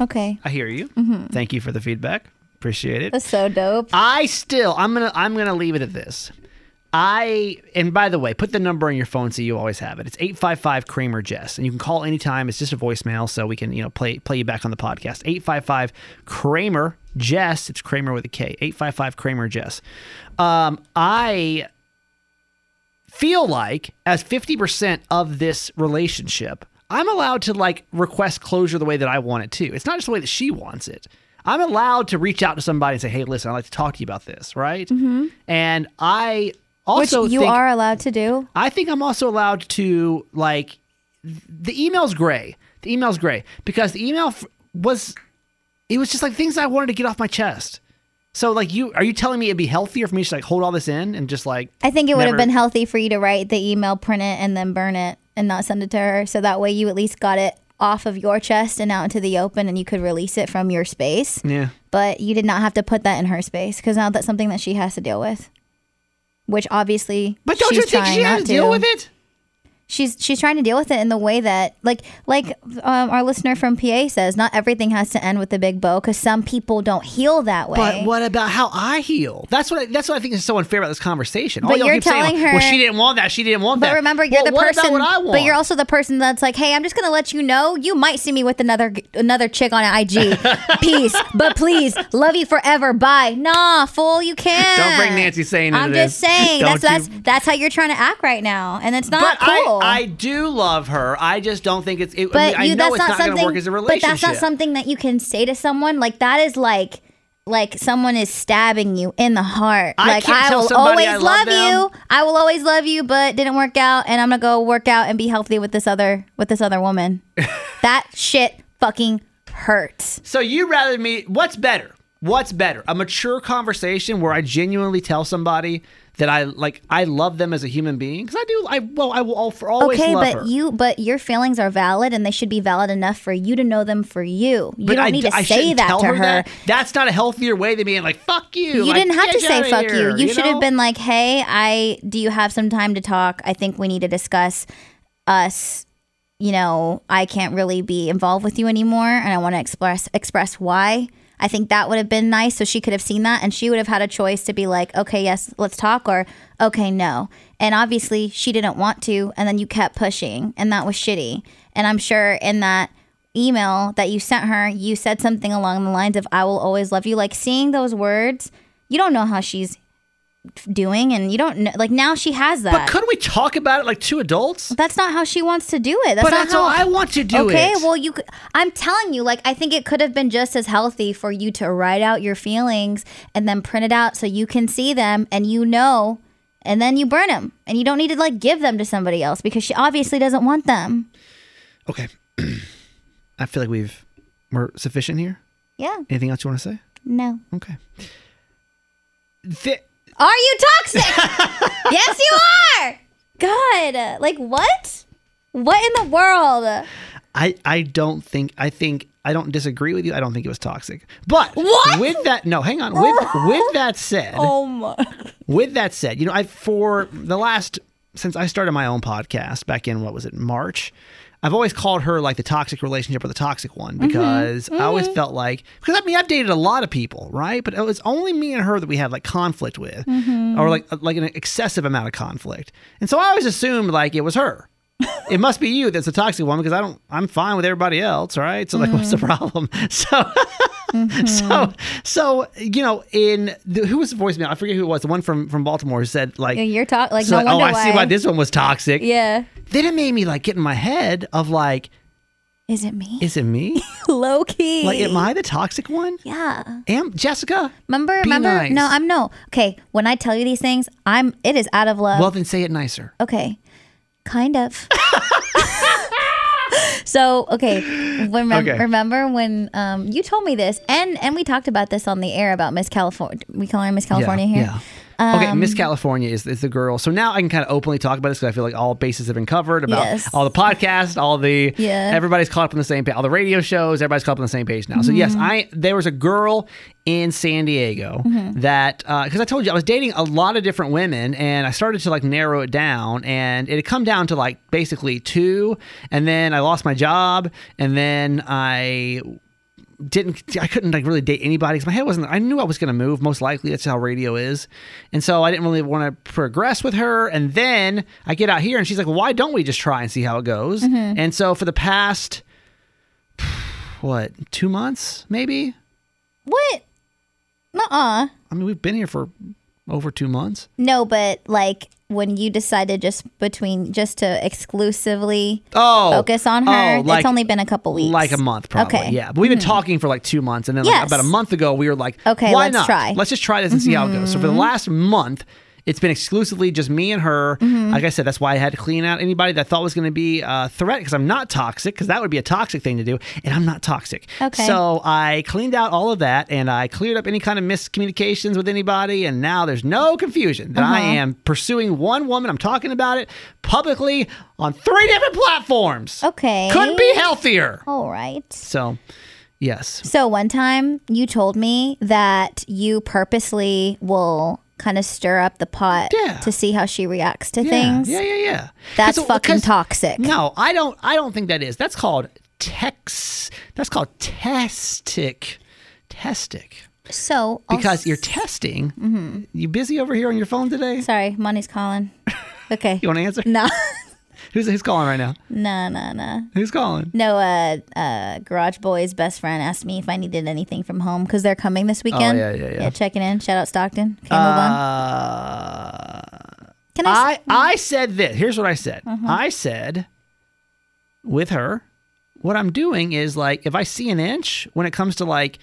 [SPEAKER 2] Okay.
[SPEAKER 3] I hear you. Thank you for the feedback. Appreciate it.
[SPEAKER 2] Mm-hmm. That's so dope.
[SPEAKER 3] I still, I'm gonna, I'm gonna leave it at this. I and by the way, put the number on your phone so you always have it. It's 855 Kramer Jess. And you can call anytime. It's just a voicemail, so we can, you know, play play you back on the podcast. 855 Kramer Jess. It's Kramer with a K. 855 Kramer Jess. Um, I feel like as 50% of this relationship, I'm allowed to like request closure the way that I want it too. It's not just the way that she wants it. I'm allowed to reach out to somebody and say, "Hey, listen, I'd like to talk to you about this," right? And I
[SPEAKER 2] Mm-hmm. Which
[SPEAKER 3] also
[SPEAKER 2] you
[SPEAKER 3] think-
[SPEAKER 2] are allowed to do.
[SPEAKER 3] I think I'm also allowed to like th- the email's gray. The email's gray because the email f- was it was just like things I wanted to get off my chest. So like you are you telling me it'd be healthier for me to just, like hold all this in and just like
[SPEAKER 2] I think it would
[SPEAKER 3] Never-
[SPEAKER 2] have been healthy for you to write the email, print it, and then burn it and not send it to her. So that way you at least got it off of your chest and out into the open and you could release it from your space.
[SPEAKER 3] yeah
[SPEAKER 2] But you did not have to put that in her space because now that's something that she has to deal with. Which obviously
[SPEAKER 3] But don't
[SPEAKER 2] she's
[SPEAKER 3] you think
[SPEAKER 2] trying
[SPEAKER 3] she
[SPEAKER 2] not
[SPEAKER 3] has to deal with it?
[SPEAKER 2] She's she's trying to deal with it in the way that like like um, our listener from PA says, not everything has to end with a big bow because some people don't heal that way.
[SPEAKER 3] But what about how I heal? That's what I, that's what I think is so unfair about this conversation. All
[SPEAKER 2] But
[SPEAKER 3] y'all
[SPEAKER 2] you're
[SPEAKER 3] keep saying,
[SPEAKER 2] telling her-
[SPEAKER 3] well, she didn't want that. She didn't want
[SPEAKER 2] But
[SPEAKER 3] that.
[SPEAKER 2] remember, you're
[SPEAKER 3] Well,
[SPEAKER 2] the
[SPEAKER 3] what
[SPEAKER 2] person.
[SPEAKER 3] About what I want?
[SPEAKER 2] But you're also the person that's like, "Hey, I'm just gonna let you know you might see me with another another chick on IG. Peace, but please, love you forever. Bye. Nah, fool, you can't.
[SPEAKER 3] Don't bring Nancy Sane into
[SPEAKER 2] I'm just
[SPEAKER 3] this.
[SPEAKER 2] saying
[SPEAKER 3] Don't
[SPEAKER 2] that's that's
[SPEAKER 3] you-
[SPEAKER 2] that's how you're trying to act right now, and it's not
[SPEAKER 3] but
[SPEAKER 2] cool.
[SPEAKER 3] I, I do love her. I just don't think it's. It,
[SPEAKER 2] but
[SPEAKER 3] I, mean,
[SPEAKER 2] you,
[SPEAKER 3] I know
[SPEAKER 2] that's
[SPEAKER 3] it's
[SPEAKER 2] not,
[SPEAKER 3] not, going to
[SPEAKER 2] something.
[SPEAKER 3] work as a
[SPEAKER 2] but
[SPEAKER 3] relationship.
[SPEAKER 2] that's not something that you can say to someone. Like that is like. Like someone is stabbing you in the heart.
[SPEAKER 3] I
[SPEAKER 2] like
[SPEAKER 3] can't
[SPEAKER 2] I
[SPEAKER 3] tell
[SPEAKER 2] will
[SPEAKER 3] somebody
[SPEAKER 2] always
[SPEAKER 3] I love
[SPEAKER 2] love,
[SPEAKER 3] them.
[SPEAKER 2] you. I will always love you, but didn't work out, and I'm gonna go work out and be healthy with this other with this other woman. that shit fucking hurts.
[SPEAKER 3] So you rather me? What's better? What's better? A mature conversation where I genuinely tell somebody that I like, I love them as a human being because I do. I well, I will all for always
[SPEAKER 2] okay,
[SPEAKER 3] love
[SPEAKER 2] but
[SPEAKER 3] her.
[SPEAKER 2] you but your feelings are valid, and they should be valid enough for you to know them for you. You
[SPEAKER 3] But
[SPEAKER 2] don't
[SPEAKER 3] I,
[SPEAKER 2] need to
[SPEAKER 3] I
[SPEAKER 2] say
[SPEAKER 3] shouldn't
[SPEAKER 2] that
[SPEAKER 3] tell
[SPEAKER 2] to
[SPEAKER 3] her. that. That's not a healthier way than being like "fuck you."
[SPEAKER 2] You
[SPEAKER 3] like,
[SPEAKER 2] didn't have
[SPEAKER 3] "Get
[SPEAKER 2] to
[SPEAKER 3] you
[SPEAKER 2] say
[SPEAKER 3] outta
[SPEAKER 2] fuck
[SPEAKER 3] here,"
[SPEAKER 2] you. You should
[SPEAKER 3] know?
[SPEAKER 2] have been like, "Hey, I do you have some time to talk? I think we need to discuss us. You know, I can't really be involved with you anymore, and I want to express express why." I think that would have been nice. So she could have seen that and she would have had a choice to be like, okay, yes, let's talk, or okay, no. And obviously she didn't want to. And then you kept pushing, and that was shitty. And I'm sure in that email that you sent her, you said something along the lines of, I will always love you. Like seeing those words, you don't know how she's doing, and you don't know, like now she has that.
[SPEAKER 3] But could we talk about it like two adults?
[SPEAKER 2] that's not how she wants to do it. That's
[SPEAKER 3] but
[SPEAKER 2] not
[SPEAKER 3] that's
[SPEAKER 2] how
[SPEAKER 3] all I want to do.
[SPEAKER 2] okay,
[SPEAKER 3] it.
[SPEAKER 2] well, you. Could, I'm telling you, like, I think it could have been just as healthy for you to write out your feelings and then print it out so you can see them and you know, and then you burn them and you don't need to like give them to somebody else because she obviously doesn't want them.
[SPEAKER 3] okay. I feel like we've we're sufficient here.
[SPEAKER 2] Yeah,
[SPEAKER 3] Anything else you want to say?
[SPEAKER 2] no.
[SPEAKER 3] Okay. Th-
[SPEAKER 2] Are you toxic? yes, you are. God, like what? What in the world?
[SPEAKER 3] I I don't think I think I don't disagree with you. I don't think it was toxic. But
[SPEAKER 2] What?
[SPEAKER 3] with that no, hang on. With with that said,
[SPEAKER 2] Oh my.
[SPEAKER 3] with that said, you know, I for the last since I started my own podcast back in what was it March, I've always called her like the toxic relationship or the toxic one because I always felt like because I mean I've dated a lot of people right, but it was only me and her that we had like conflict with or like like an excessive amount of conflict, and so I always assumed like it was her. it must be you that's the toxic one because I don't I'm fine with everybody else, right? So like what's
[SPEAKER 2] Mm-hmm.
[SPEAKER 3] the problem? So so so you know in the, who was the voicemail? I forget who it was. The one from from Baltimore who said like
[SPEAKER 2] You're talking like
[SPEAKER 3] so
[SPEAKER 2] no
[SPEAKER 3] like, oh
[SPEAKER 2] wonder
[SPEAKER 3] I
[SPEAKER 2] why.
[SPEAKER 3] see why this one was toxic.
[SPEAKER 2] yeah.
[SPEAKER 3] Then it made me like get in my head of like
[SPEAKER 2] Is it me?
[SPEAKER 3] is it me?
[SPEAKER 2] Low key.
[SPEAKER 3] like am I the toxic one?
[SPEAKER 2] yeah.
[SPEAKER 3] Am Jessica?
[SPEAKER 2] Remember,
[SPEAKER 3] Be
[SPEAKER 2] remember.
[SPEAKER 3] nice.
[SPEAKER 2] No, I'm no. Okay, when I tell you these things, I'm. It is out of love.
[SPEAKER 3] Well then say it nicer.
[SPEAKER 2] okay, kind of. so okay, remember,
[SPEAKER 3] Okay.
[SPEAKER 2] remember when um, you told me this, and and we talked about this on the air about Miss California. We call her Miss California here. Um,
[SPEAKER 3] Yeah. okay, Miss California is, is the girl. So now I can kind of openly talk about this because I feel like all bases have been covered about
[SPEAKER 2] Yes.
[SPEAKER 3] all the podcasts, all the
[SPEAKER 2] Yeah.
[SPEAKER 3] everybody's caught up on the same page, all the radio shows, everybody's caught up on the same page now. So
[SPEAKER 2] Mm-hmm.
[SPEAKER 3] yes, I there was a girl in San Diego
[SPEAKER 2] Mm-hmm.
[SPEAKER 3] that because I told you I was dating a lot of different women and I started to like narrow it down and it had come down to like basically two, and then I lost my job and then I didn't I couldn't like really date anybody because my head wasn't. I knew I was going to move most likely. That's how radio is, and so I didn't really want to progress with her. And then I get out here, and she's like, "Why don't we just try and see how it goes?"
[SPEAKER 2] Mm-hmm.
[SPEAKER 3] And so for the past what two months, maybe.
[SPEAKER 2] What? Nuh-uh.
[SPEAKER 3] I mean, we've been here for over two months.
[SPEAKER 2] No, but like when you decided just between just to exclusively
[SPEAKER 3] Oh,
[SPEAKER 2] focus on her?
[SPEAKER 3] oh, like-
[SPEAKER 2] it's only been a couple weeks.
[SPEAKER 3] Like a month, probably.
[SPEAKER 2] Okay. Hmm.
[SPEAKER 3] Yeah. But we've been talking for like two months. And then like,
[SPEAKER 2] Yes.
[SPEAKER 3] about a month ago, we were like,
[SPEAKER 2] Okay,
[SPEAKER 3] why
[SPEAKER 2] let's
[SPEAKER 3] not?
[SPEAKER 2] try. Mm-hmm.
[SPEAKER 3] Let's just try this and see how it goes. So for the last month, it's been exclusively just me and her.
[SPEAKER 2] Mm-hmm.
[SPEAKER 3] Like I said, that's why I had to clean out anybody that I thought was going to be a threat because I'm not toxic, because that would be a toxic thing to do. And I'm not toxic.
[SPEAKER 2] Okay.
[SPEAKER 3] So I cleaned out all of that and I cleared up any kind of miscommunications with anybody. And now there's no confusion that
[SPEAKER 2] Uh-huh.
[SPEAKER 3] I am pursuing one woman. I'm talking about it publicly on three different platforms.
[SPEAKER 2] Okay.
[SPEAKER 3] Couldn't be healthier.
[SPEAKER 2] All right.
[SPEAKER 3] So, yes.
[SPEAKER 2] So one time you told me that you purposely will kind of stir up the pot
[SPEAKER 3] Yeah.
[SPEAKER 2] to see how she reacts to
[SPEAKER 3] Yeah,
[SPEAKER 2] things.
[SPEAKER 3] Yeah, yeah, yeah.
[SPEAKER 2] That's
[SPEAKER 3] 'Cause-
[SPEAKER 2] fucking
[SPEAKER 3] 'cause-
[SPEAKER 2] toxic.
[SPEAKER 3] No, I don't. I don't think that is. That's called tex. That's called testic. Testic.
[SPEAKER 2] So I'll
[SPEAKER 3] Because you're testing. You busy over here on your phone today?
[SPEAKER 2] Mm-hmm. Sorry, money's calling. Okay.
[SPEAKER 3] You want to answer?
[SPEAKER 2] no,
[SPEAKER 3] Who's who's calling right now?
[SPEAKER 2] no, no, no.
[SPEAKER 3] Who's calling?
[SPEAKER 2] No, uh, uh, Garage Boy's best friend asked me if I needed anything from home because they're coming this weekend.
[SPEAKER 3] Oh, yeah, yeah, yeah.
[SPEAKER 2] checking in. Shout out Stockton. Okay, move on.
[SPEAKER 3] Uh,
[SPEAKER 2] Can I? s- Mm-hmm.
[SPEAKER 3] I I said this. Here's what I said. I said with her, what I'm doing is like if I see an inch when it comes to like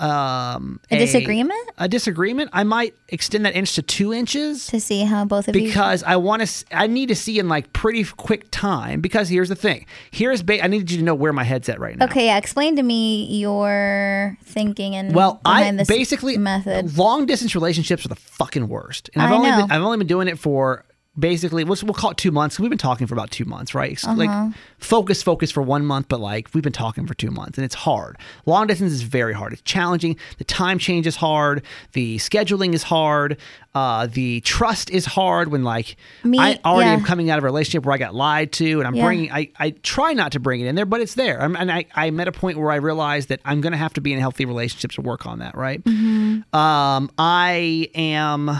[SPEAKER 3] um
[SPEAKER 2] A disagreement?
[SPEAKER 3] a disagreement, I might extend that inch to 2 inches
[SPEAKER 2] to see how both of you.
[SPEAKER 3] because I want to I need to see in like pretty quick time because here's the thing. Here's ba- I need you to know where my head's at right now.
[SPEAKER 2] Okay, yeah. Explain to me your thinking and
[SPEAKER 3] Well, I
[SPEAKER 2] behind this
[SPEAKER 3] basically
[SPEAKER 2] method.
[SPEAKER 3] long distance relationships are the fucking worst, and I've
[SPEAKER 2] I
[SPEAKER 3] only
[SPEAKER 2] know.
[SPEAKER 3] Been, I've only been doing it for basically we'll, we'll call it two months. 'cause We've been talking for about two months, right? It's
[SPEAKER 2] Uh-huh.
[SPEAKER 3] Like focus, focus for one month, but like we've been talking for two months, and it's hard. Long distance is very hard. It's challenging. The time change is hard. The scheduling is hard. Uh, the trust is hard when like
[SPEAKER 2] Me-
[SPEAKER 3] I already am
[SPEAKER 2] yeah.
[SPEAKER 3] coming out of a relationship where I got lied to, and I'm
[SPEAKER 2] Yeah.
[SPEAKER 3] bringing. I, I try not to bring it in there, but it's there. I'm, and I, I'm at a point where I realize that I'm going to have to be in healthy relationships to work on that. Right.
[SPEAKER 2] Mm-hmm.
[SPEAKER 3] Um, I am.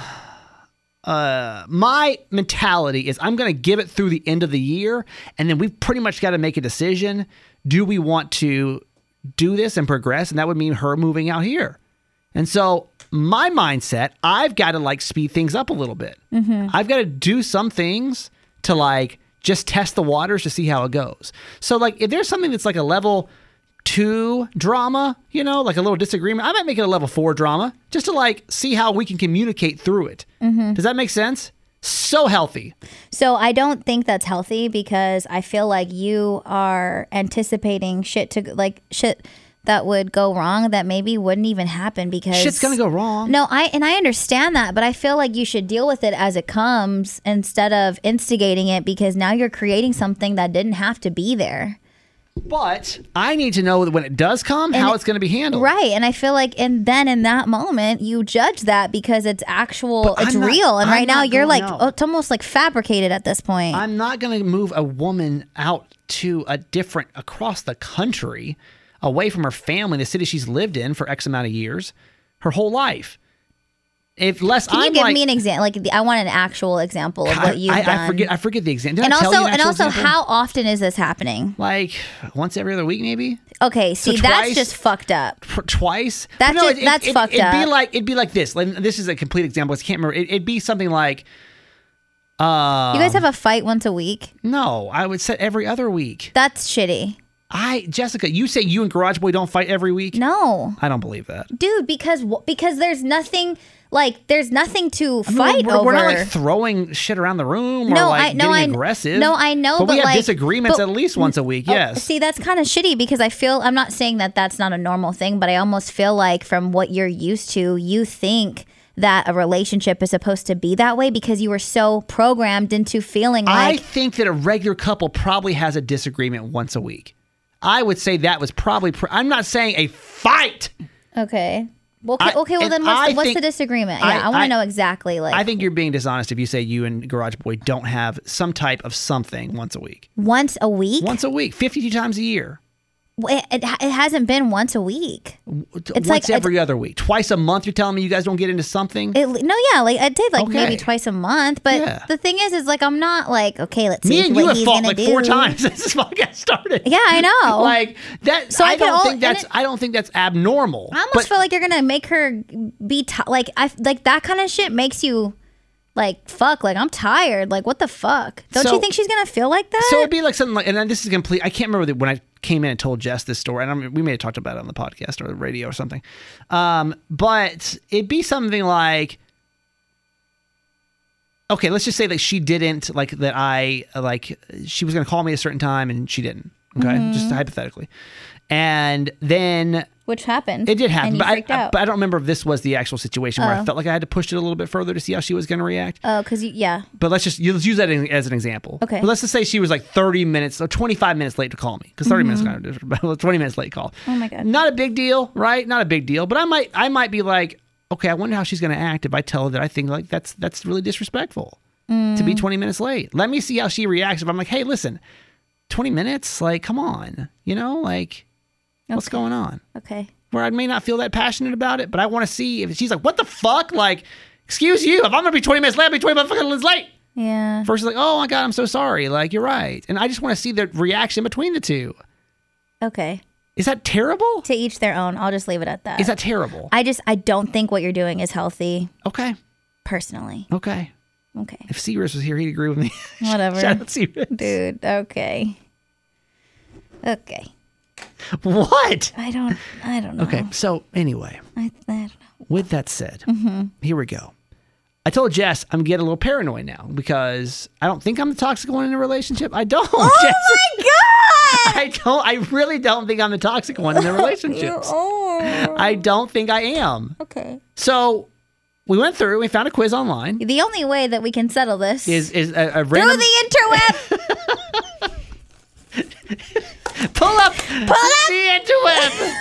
[SPEAKER 3] Uh, my mentality is I'm going to give it through the end of the year, and then we've pretty much got to make a decision. Do we want to do this and progress? And that would mean her moving out here. And so my mindset, I've got to like speed things up a little bit. I've got to do some things to like just test the waters to see how it goes. So like if there's something that's like a level two drama, you know, like a little disagreement, I might make it a level four drama just to like see how we can communicate through it. Does that make sense? So healthy.
[SPEAKER 2] So I don't think that's healthy because I feel like you are anticipating shit to like shit that would go wrong that maybe wouldn't even happen because
[SPEAKER 3] Shit's gonna go wrong.
[SPEAKER 2] No, I and I understand that, but I feel like you should deal with it as it comes instead of instigating it because now you're creating something that didn't have to be there.
[SPEAKER 3] But I need to know that when it does come, how it's going to be handled.
[SPEAKER 2] Right. And I feel like and then in that moment you judge that because it's actual
[SPEAKER 3] But
[SPEAKER 2] it's
[SPEAKER 3] I'm not-
[SPEAKER 2] real. And
[SPEAKER 3] I'm
[SPEAKER 2] right now
[SPEAKER 3] not
[SPEAKER 2] you're
[SPEAKER 3] going
[SPEAKER 2] like
[SPEAKER 3] out.
[SPEAKER 2] oh, it's almost like fabricated at this point.
[SPEAKER 3] I'm not going to move a woman out to a different across the country, away from her family, the city she's lived in for X amount of years, her whole life. If less,
[SPEAKER 2] Can you
[SPEAKER 3] I'm
[SPEAKER 2] give
[SPEAKER 3] like,
[SPEAKER 2] me an example? Like the, I want an actual example of
[SPEAKER 3] I,
[SPEAKER 2] what you've
[SPEAKER 3] I,
[SPEAKER 2] done.
[SPEAKER 3] I forget. I forget the exam. Did
[SPEAKER 2] and
[SPEAKER 3] I tell you
[SPEAKER 2] also,
[SPEAKER 3] an
[SPEAKER 2] and
[SPEAKER 3] actual
[SPEAKER 2] also,
[SPEAKER 3] example?
[SPEAKER 2] how often is this happening?
[SPEAKER 3] Like once every other week, maybe
[SPEAKER 2] Okay, see,
[SPEAKER 3] twice-
[SPEAKER 2] that's just fucked up.
[SPEAKER 3] Tw- twice.
[SPEAKER 2] That's
[SPEAKER 3] But no,
[SPEAKER 2] just- that's
[SPEAKER 3] it,
[SPEAKER 2] fucked
[SPEAKER 3] it'd be
[SPEAKER 2] up.
[SPEAKER 3] like it'd be like this. Like, this is a complete example. I can't remember. It, it'd be something like. Uh,
[SPEAKER 2] you guys have a fight once a week.
[SPEAKER 3] no. I would say every other week.
[SPEAKER 2] That's shitty.
[SPEAKER 3] I Jessica, you say you and Garage Boy don't fight every week.
[SPEAKER 2] No,
[SPEAKER 3] I don't believe that.
[SPEAKER 2] dude, because wh- because there's nothing like there's nothing to
[SPEAKER 3] I mean,
[SPEAKER 2] fight
[SPEAKER 3] we're,
[SPEAKER 2] over.
[SPEAKER 3] we're not like throwing shit around the room or
[SPEAKER 2] No,
[SPEAKER 3] like
[SPEAKER 2] I- no,
[SPEAKER 3] getting
[SPEAKER 2] I-
[SPEAKER 3] aggressive.
[SPEAKER 2] no, I know,
[SPEAKER 3] but, we
[SPEAKER 2] but,
[SPEAKER 3] have
[SPEAKER 2] like-
[SPEAKER 3] disagreements
[SPEAKER 2] but-
[SPEAKER 3] at least once a week.
[SPEAKER 2] Oh,
[SPEAKER 3] yes,
[SPEAKER 2] See, that's kind of shitty because I feel I'm not saying that that's not a normal thing, but I almost feel like from what you're used to, you think that a relationship is supposed to be that way because you were so programmed into feeling
[SPEAKER 3] I
[SPEAKER 2] like
[SPEAKER 3] think that a regular couple probably has a disagreement once a week. I would say that was probably. Pr- I'm not saying a fight.
[SPEAKER 2] Okay. Well, okay,
[SPEAKER 3] I-
[SPEAKER 2] okay well
[SPEAKER 3] and
[SPEAKER 2] then what's,
[SPEAKER 3] I
[SPEAKER 2] the, what's
[SPEAKER 3] think-
[SPEAKER 2] the disagreement?
[SPEAKER 3] I-
[SPEAKER 2] Yeah, I, want
[SPEAKER 3] I-
[SPEAKER 2] to know exactly like
[SPEAKER 3] I think you're being dishonest if you say you and Garage Boy don't have some type of something once a week.
[SPEAKER 2] once a week.
[SPEAKER 3] Once a week, 52 times a year.
[SPEAKER 2] It, it, it hasn't been once a week.
[SPEAKER 3] It's
[SPEAKER 2] like-
[SPEAKER 3] once every other week. Twice a month, you're telling me you guys don't get into something?
[SPEAKER 2] It, no, yeah, like I did like
[SPEAKER 3] Okay.
[SPEAKER 2] maybe twice a month, but
[SPEAKER 3] Yeah.
[SPEAKER 2] the thing is, is like I'm not like okay, let's
[SPEAKER 3] me
[SPEAKER 2] see
[SPEAKER 3] and
[SPEAKER 2] what
[SPEAKER 3] you have
[SPEAKER 2] he's
[SPEAKER 3] fought
[SPEAKER 2] gonna
[SPEAKER 3] like
[SPEAKER 2] do.
[SPEAKER 3] four times since this podcast started.
[SPEAKER 2] Yeah, I know.
[SPEAKER 3] like that.
[SPEAKER 2] So
[SPEAKER 3] I,
[SPEAKER 2] I could
[SPEAKER 3] don't
[SPEAKER 2] al-
[SPEAKER 3] think
[SPEAKER 2] and
[SPEAKER 3] that's.
[SPEAKER 2] it-
[SPEAKER 3] I don't think that's abnormal.
[SPEAKER 2] I almost
[SPEAKER 3] but
[SPEAKER 2] feel like you're gonna make her be t- like I like that kind of shit makes you Like fuck, like I'm tired. Like what the fuck? Don't
[SPEAKER 3] So-
[SPEAKER 2] you think she's gonna feel like that?
[SPEAKER 3] So it'd be like something like, and then this is complete. I can't remember the, when I came in and told Jess this story. And I'm, we may have talked about it on the podcast or the radio or something. Um, but it'd be something like, okay, let's just say that she didn't like that. I like she was going to call me a certain time and she didn't. Okay,
[SPEAKER 2] Mm-hmm.
[SPEAKER 3] just hypothetically. And then
[SPEAKER 2] Which happened.
[SPEAKER 3] it did happen,
[SPEAKER 2] And you
[SPEAKER 3] but I,
[SPEAKER 2] freaked
[SPEAKER 3] I-
[SPEAKER 2] out.
[SPEAKER 3] but I don't remember if this was the actual situation where I
[SPEAKER 2] Oh.
[SPEAKER 3] felt like I had to push it a little bit further to see how she was going to react
[SPEAKER 2] oh, cause you, yeah.
[SPEAKER 3] but let's just let's use that in- as an example.
[SPEAKER 2] Okay.
[SPEAKER 3] But let's just say she was like 30 minutes or 25 minutes late to call me because 30 minutes kind of different, but 20 minutes late call.
[SPEAKER 2] Mm-hmm. Oh my God.
[SPEAKER 3] Not a big deal, right? Not a big deal. But I might I might be like, okay, I wonder how she's going to act if I tell her that I think like that's that's really disrespectful to
[SPEAKER 2] Mm.
[SPEAKER 3] be 20 minutes late. Let me see how she reacts. If I'm like, hey, listen, 20 minutes, like, come on, you know, like, what's going on?
[SPEAKER 2] Okay.
[SPEAKER 3] where I may not feel that passionate about it, but I want to see if she's like, what the fuck? Like, excuse you, if I'm gonna be 20 minutes late, I'll be 20 fucking minutes late.
[SPEAKER 2] Yeah.
[SPEAKER 3] Versus like, oh my god, I'm so sorry. Like, you're right. And I just want to see the reaction between the two.
[SPEAKER 2] Okay.
[SPEAKER 3] Is that terrible?
[SPEAKER 2] To each their own. I'll just leave it at that.
[SPEAKER 3] Is that terrible?
[SPEAKER 2] I just I don't think what you're doing is healthy
[SPEAKER 3] Okay.
[SPEAKER 2] personally.
[SPEAKER 3] Okay.
[SPEAKER 2] Okay.
[SPEAKER 3] If Sears was here, he'd agree with me.
[SPEAKER 2] Whatever.
[SPEAKER 3] Shout out Sears.
[SPEAKER 2] Dude, okay. Okay.
[SPEAKER 3] What?
[SPEAKER 2] I don't I don't know.
[SPEAKER 3] Okay. So anyway,
[SPEAKER 2] I, I don't know.
[SPEAKER 3] with that said,
[SPEAKER 2] Mm-hmm.
[SPEAKER 3] here we go. I told Jess I'm getting a little paranoid now because I don't think I'm the toxic one in a relationship. I don't.
[SPEAKER 2] Oh
[SPEAKER 3] Jess.
[SPEAKER 2] my god!
[SPEAKER 3] I don't. I really don't think I'm the toxic one in the relationships.
[SPEAKER 2] Oh,
[SPEAKER 3] I don't think I am.
[SPEAKER 2] okay.
[SPEAKER 3] So we went through. We found a quiz online.
[SPEAKER 2] The only way that we can settle this
[SPEAKER 3] Is is a, a
[SPEAKER 2] through
[SPEAKER 3] random
[SPEAKER 2] the interweb.
[SPEAKER 3] pull up pull up the interweb,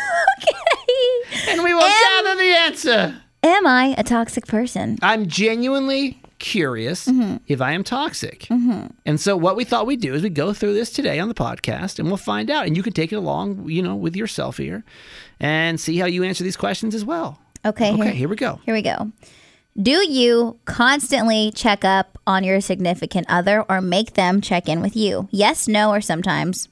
[SPEAKER 2] okay.
[SPEAKER 3] and we will
[SPEAKER 2] And-
[SPEAKER 3] gather the answer.
[SPEAKER 2] Am I a toxic person?
[SPEAKER 3] I'm genuinely curious
[SPEAKER 2] Mm-hmm.
[SPEAKER 3] if I am toxic. And so what we thought we'd do is we go through this today on the podcast and we'll find out and you can take it along, you know, with yourself here and see how you answer these questions as well.
[SPEAKER 2] Okay.
[SPEAKER 3] Okay,
[SPEAKER 2] Here,
[SPEAKER 3] here we go.
[SPEAKER 2] here we go. Do you constantly check up on your significant other or make them check in with you? Yes, no, or sometimes.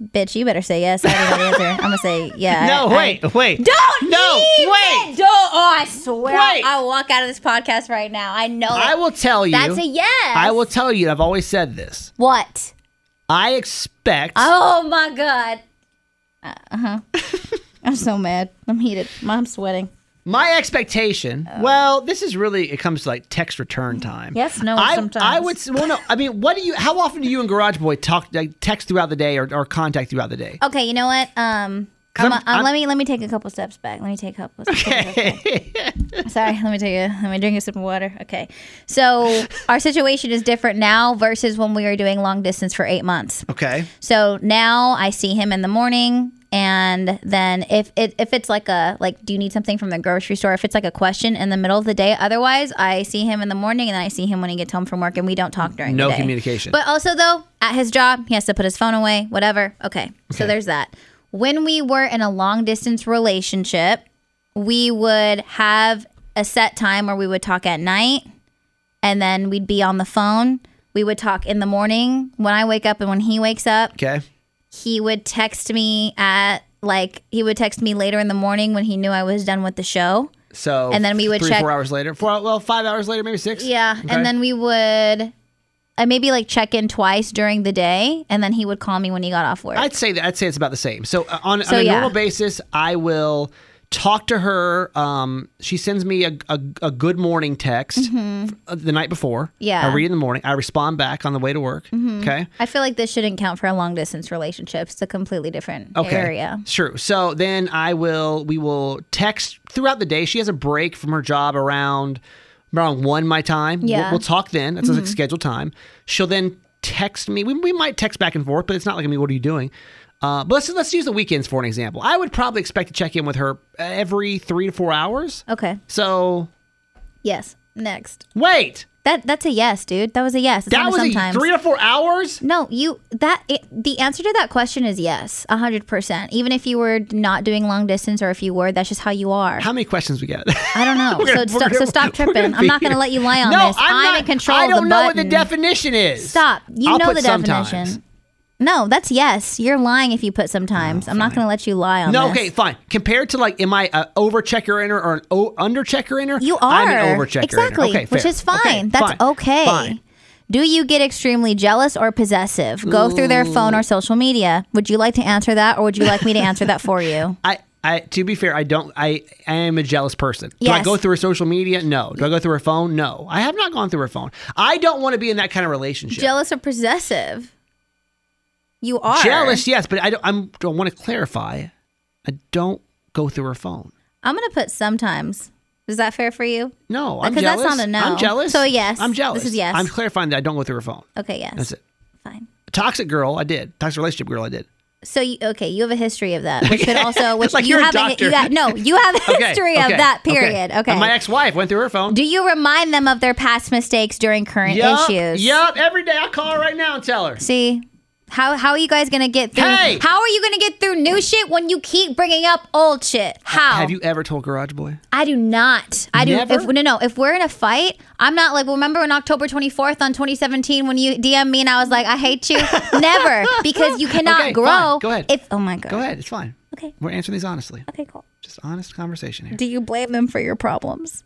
[SPEAKER 2] Bitch, you better say yes. I don't know the answer. I'm gonna say yeah.
[SPEAKER 3] No,
[SPEAKER 2] I- I-
[SPEAKER 3] wait, wait.
[SPEAKER 2] Don't
[SPEAKER 3] No,
[SPEAKER 2] leave
[SPEAKER 3] wait.
[SPEAKER 2] it. Don't. Oh, I swear.
[SPEAKER 3] Wait.
[SPEAKER 2] I'll walk out of this podcast right now. I know.
[SPEAKER 3] I
[SPEAKER 2] That.
[SPEAKER 3] will tell you.
[SPEAKER 2] That's a yes.
[SPEAKER 3] I will tell you. I've always said this.
[SPEAKER 2] What?
[SPEAKER 3] I expect.
[SPEAKER 2] Oh my god. Uh huh. I'm so mad. I'm heated. I'm sweating.
[SPEAKER 3] My expectation. Well, this is really it comes to like text return time.
[SPEAKER 2] Yes, no,
[SPEAKER 3] I,
[SPEAKER 2] sometimes.
[SPEAKER 3] I would. s- Well, no. I mean, what do you? How often do you and Garage Boy talk, like, text throughout the day, or, or contact throughout the day?
[SPEAKER 2] Okay, you know what? Um.
[SPEAKER 3] 'Cause
[SPEAKER 2] I'm-
[SPEAKER 3] I'm-
[SPEAKER 2] I'm-
[SPEAKER 3] I'm-
[SPEAKER 2] let me let me take a couple steps back. Let me take a couple. Steps back. Sorry. Let me take a let me drink a sip of water. Okay. So our situation is different now versus when we were doing long distance for eight months.
[SPEAKER 3] Okay.
[SPEAKER 2] So now I see him in the morning and then if it if it's like a like do you need something from the grocery store if it's like a question in the middle of the day otherwise I see him in the morning and then I see him when he gets home from work and we don't talk during
[SPEAKER 3] No
[SPEAKER 2] the day.
[SPEAKER 3] communication.
[SPEAKER 2] But also though at his job he has to put his phone away whatever. Okay. So there's that. When we were in a long distance relationship, we would have a set time where we would talk at night and then we'd be on the phone. We would talk in the morning when I wake up and when he wakes up
[SPEAKER 3] Okay.
[SPEAKER 2] he would text me at like he would text me later in the morning when he knew I was done with the show.
[SPEAKER 3] So.
[SPEAKER 2] And then we would
[SPEAKER 3] three,
[SPEAKER 2] check-
[SPEAKER 3] Four hours later. Four. Well, five hours later, maybe six.
[SPEAKER 2] Yeah,
[SPEAKER 3] Okay.
[SPEAKER 2] and then we would I maybe like check in twice during the day and then he would call me when he got off work.
[SPEAKER 3] I'd say that I'd say it's about the same. So uh, on,
[SPEAKER 2] So,
[SPEAKER 3] on a
[SPEAKER 2] yeah.
[SPEAKER 3] normal basis, I will talk to her. Um, she sends me a, a, a good morning text f- uh, the night before.
[SPEAKER 2] Mm-hmm. Yeah. Mm-hmm.
[SPEAKER 3] I read it in the morning. I respond back on the way to work. Okay.
[SPEAKER 2] I feel like this shouldn't count for a long distance relationship. It's a completely different
[SPEAKER 3] Okay.
[SPEAKER 2] area.
[SPEAKER 3] Sure. So then I will we will text throughout the day. She has a break from her job around around one my time. We'll- We'll,
[SPEAKER 2] Yeah. Mm-hmm.
[SPEAKER 3] talk then. That's like scheduled time. She'll then text me. We, we might text back and forth, but it's not like I mean, what are you doing? Uh, but let's let's use the weekends for an example. I would probably expect to check in with her every three to four hours.
[SPEAKER 2] Okay.
[SPEAKER 3] So
[SPEAKER 2] Yes. Next.
[SPEAKER 3] wait,
[SPEAKER 2] That that's a yes, dude. That was a yes. It's
[SPEAKER 3] that
[SPEAKER 2] not a
[SPEAKER 3] was
[SPEAKER 2] sometimes.
[SPEAKER 3] a three to four hours.
[SPEAKER 2] No, you that it, the answer to that question is yes, hundred percent. Even if you were not doing long distance, or if you were, that's just how you are.
[SPEAKER 3] How many questions we get?
[SPEAKER 2] I don't know.
[SPEAKER 3] We're
[SPEAKER 2] so,
[SPEAKER 3] gonna-
[SPEAKER 2] sto-
[SPEAKER 3] we're
[SPEAKER 2] so
[SPEAKER 3] gonna-
[SPEAKER 2] stop
[SPEAKER 3] we're
[SPEAKER 2] tripping. I'm
[SPEAKER 3] be
[SPEAKER 2] not going to
[SPEAKER 3] here.
[SPEAKER 2] let you lie on
[SPEAKER 3] no,
[SPEAKER 2] this.
[SPEAKER 3] I'm
[SPEAKER 2] I'm,
[SPEAKER 3] not,
[SPEAKER 2] in control
[SPEAKER 3] I
[SPEAKER 2] of the
[SPEAKER 3] don't know what the
[SPEAKER 2] button.
[SPEAKER 3] definition is.
[SPEAKER 2] Stop. You
[SPEAKER 3] I'll
[SPEAKER 2] know
[SPEAKER 3] put
[SPEAKER 2] the
[SPEAKER 3] sometimes.
[SPEAKER 2] definition. No, that's yes. You're lying if you put sometimes. I'm not going to let you lie on
[SPEAKER 3] Oh, No,
[SPEAKER 2] this.
[SPEAKER 3] okay, fine. Compared to like, am I an over checker inner or an o- under checker inner?
[SPEAKER 2] You are.
[SPEAKER 3] I'm an over checker
[SPEAKER 2] Exactly.
[SPEAKER 3] Okay,
[SPEAKER 2] which
[SPEAKER 3] fair.
[SPEAKER 2] is fine.
[SPEAKER 3] Okay,
[SPEAKER 2] That's
[SPEAKER 3] fine,
[SPEAKER 2] okay.
[SPEAKER 3] fine.
[SPEAKER 2] Do you get extremely jealous or possessive? Go through their phone or social media. Would you like to answer that or would you like me to answer that for you?
[SPEAKER 3] I, I, to be fair, I don't. I, I am a jealous person. Do I
[SPEAKER 2] Yes.
[SPEAKER 3] go through her social media? No. Do I go through her phone? No. I have not gone through her phone. I don't want to be in that kind of relationship.
[SPEAKER 2] Jealous or possessive? You are.
[SPEAKER 3] Jealous, yes, but I don't. I'm, I want to clarify. I don't go through her phone.
[SPEAKER 2] I'm going to put sometimes. Is that fair for you?
[SPEAKER 3] No, I'm
[SPEAKER 2] Because
[SPEAKER 3] jealous.
[SPEAKER 2] that's not a no.
[SPEAKER 3] I'm jealous.
[SPEAKER 2] So a yes.
[SPEAKER 3] I'm jealous.
[SPEAKER 2] This is yes.
[SPEAKER 3] I'm clarifying that I don't go through her phone.
[SPEAKER 2] Okay, yes.
[SPEAKER 3] That's it.
[SPEAKER 2] Fine.
[SPEAKER 3] Toxic girl, I did. Toxic relationship girl, I did.
[SPEAKER 2] So you, okay, you have a history of that, which could also which
[SPEAKER 3] Like
[SPEAKER 2] you
[SPEAKER 3] you're a
[SPEAKER 2] have a, hi-
[SPEAKER 3] doctor.
[SPEAKER 2] you got no, you have a
[SPEAKER 3] Okay,
[SPEAKER 2] history
[SPEAKER 3] okay,
[SPEAKER 2] of that period. Okay.
[SPEAKER 3] And my ex-wife went through her phone.
[SPEAKER 2] Do you remind them of their past mistakes during current
[SPEAKER 3] Yup,
[SPEAKER 2] issues?
[SPEAKER 3] Yup. Every day I call her right now and tell her.
[SPEAKER 2] See, how how are you guys gonna get through?
[SPEAKER 3] Hey!
[SPEAKER 2] How are you gonna get through new shit when you keep bringing up old shit? How?
[SPEAKER 3] Have you ever told Garage Boy?
[SPEAKER 2] I do not. I do.
[SPEAKER 3] Never?
[SPEAKER 2] If, no, no. If we're in a fight, I'm not like. Remember on October 24th on 2017 when you DM me and I was like, I hate you. Never, because you cannot
[SPEAKER 3] Okay,
[SPEAKER 2] grow.
[SPEAKER 3] fine. Go ahead.
[SPEAKER 2] If oh my god.
[SPEAKER 3] Go ahead. It's fine.
[SPEAKER 2] Okay.
[SPEAKER 3] We're answering these honestly.
[SPEAKER 2] Okay. Cool.
[SPEAKER 3] Just honest conversation here.
[SPEAKER 2] Do you blame them for your problems?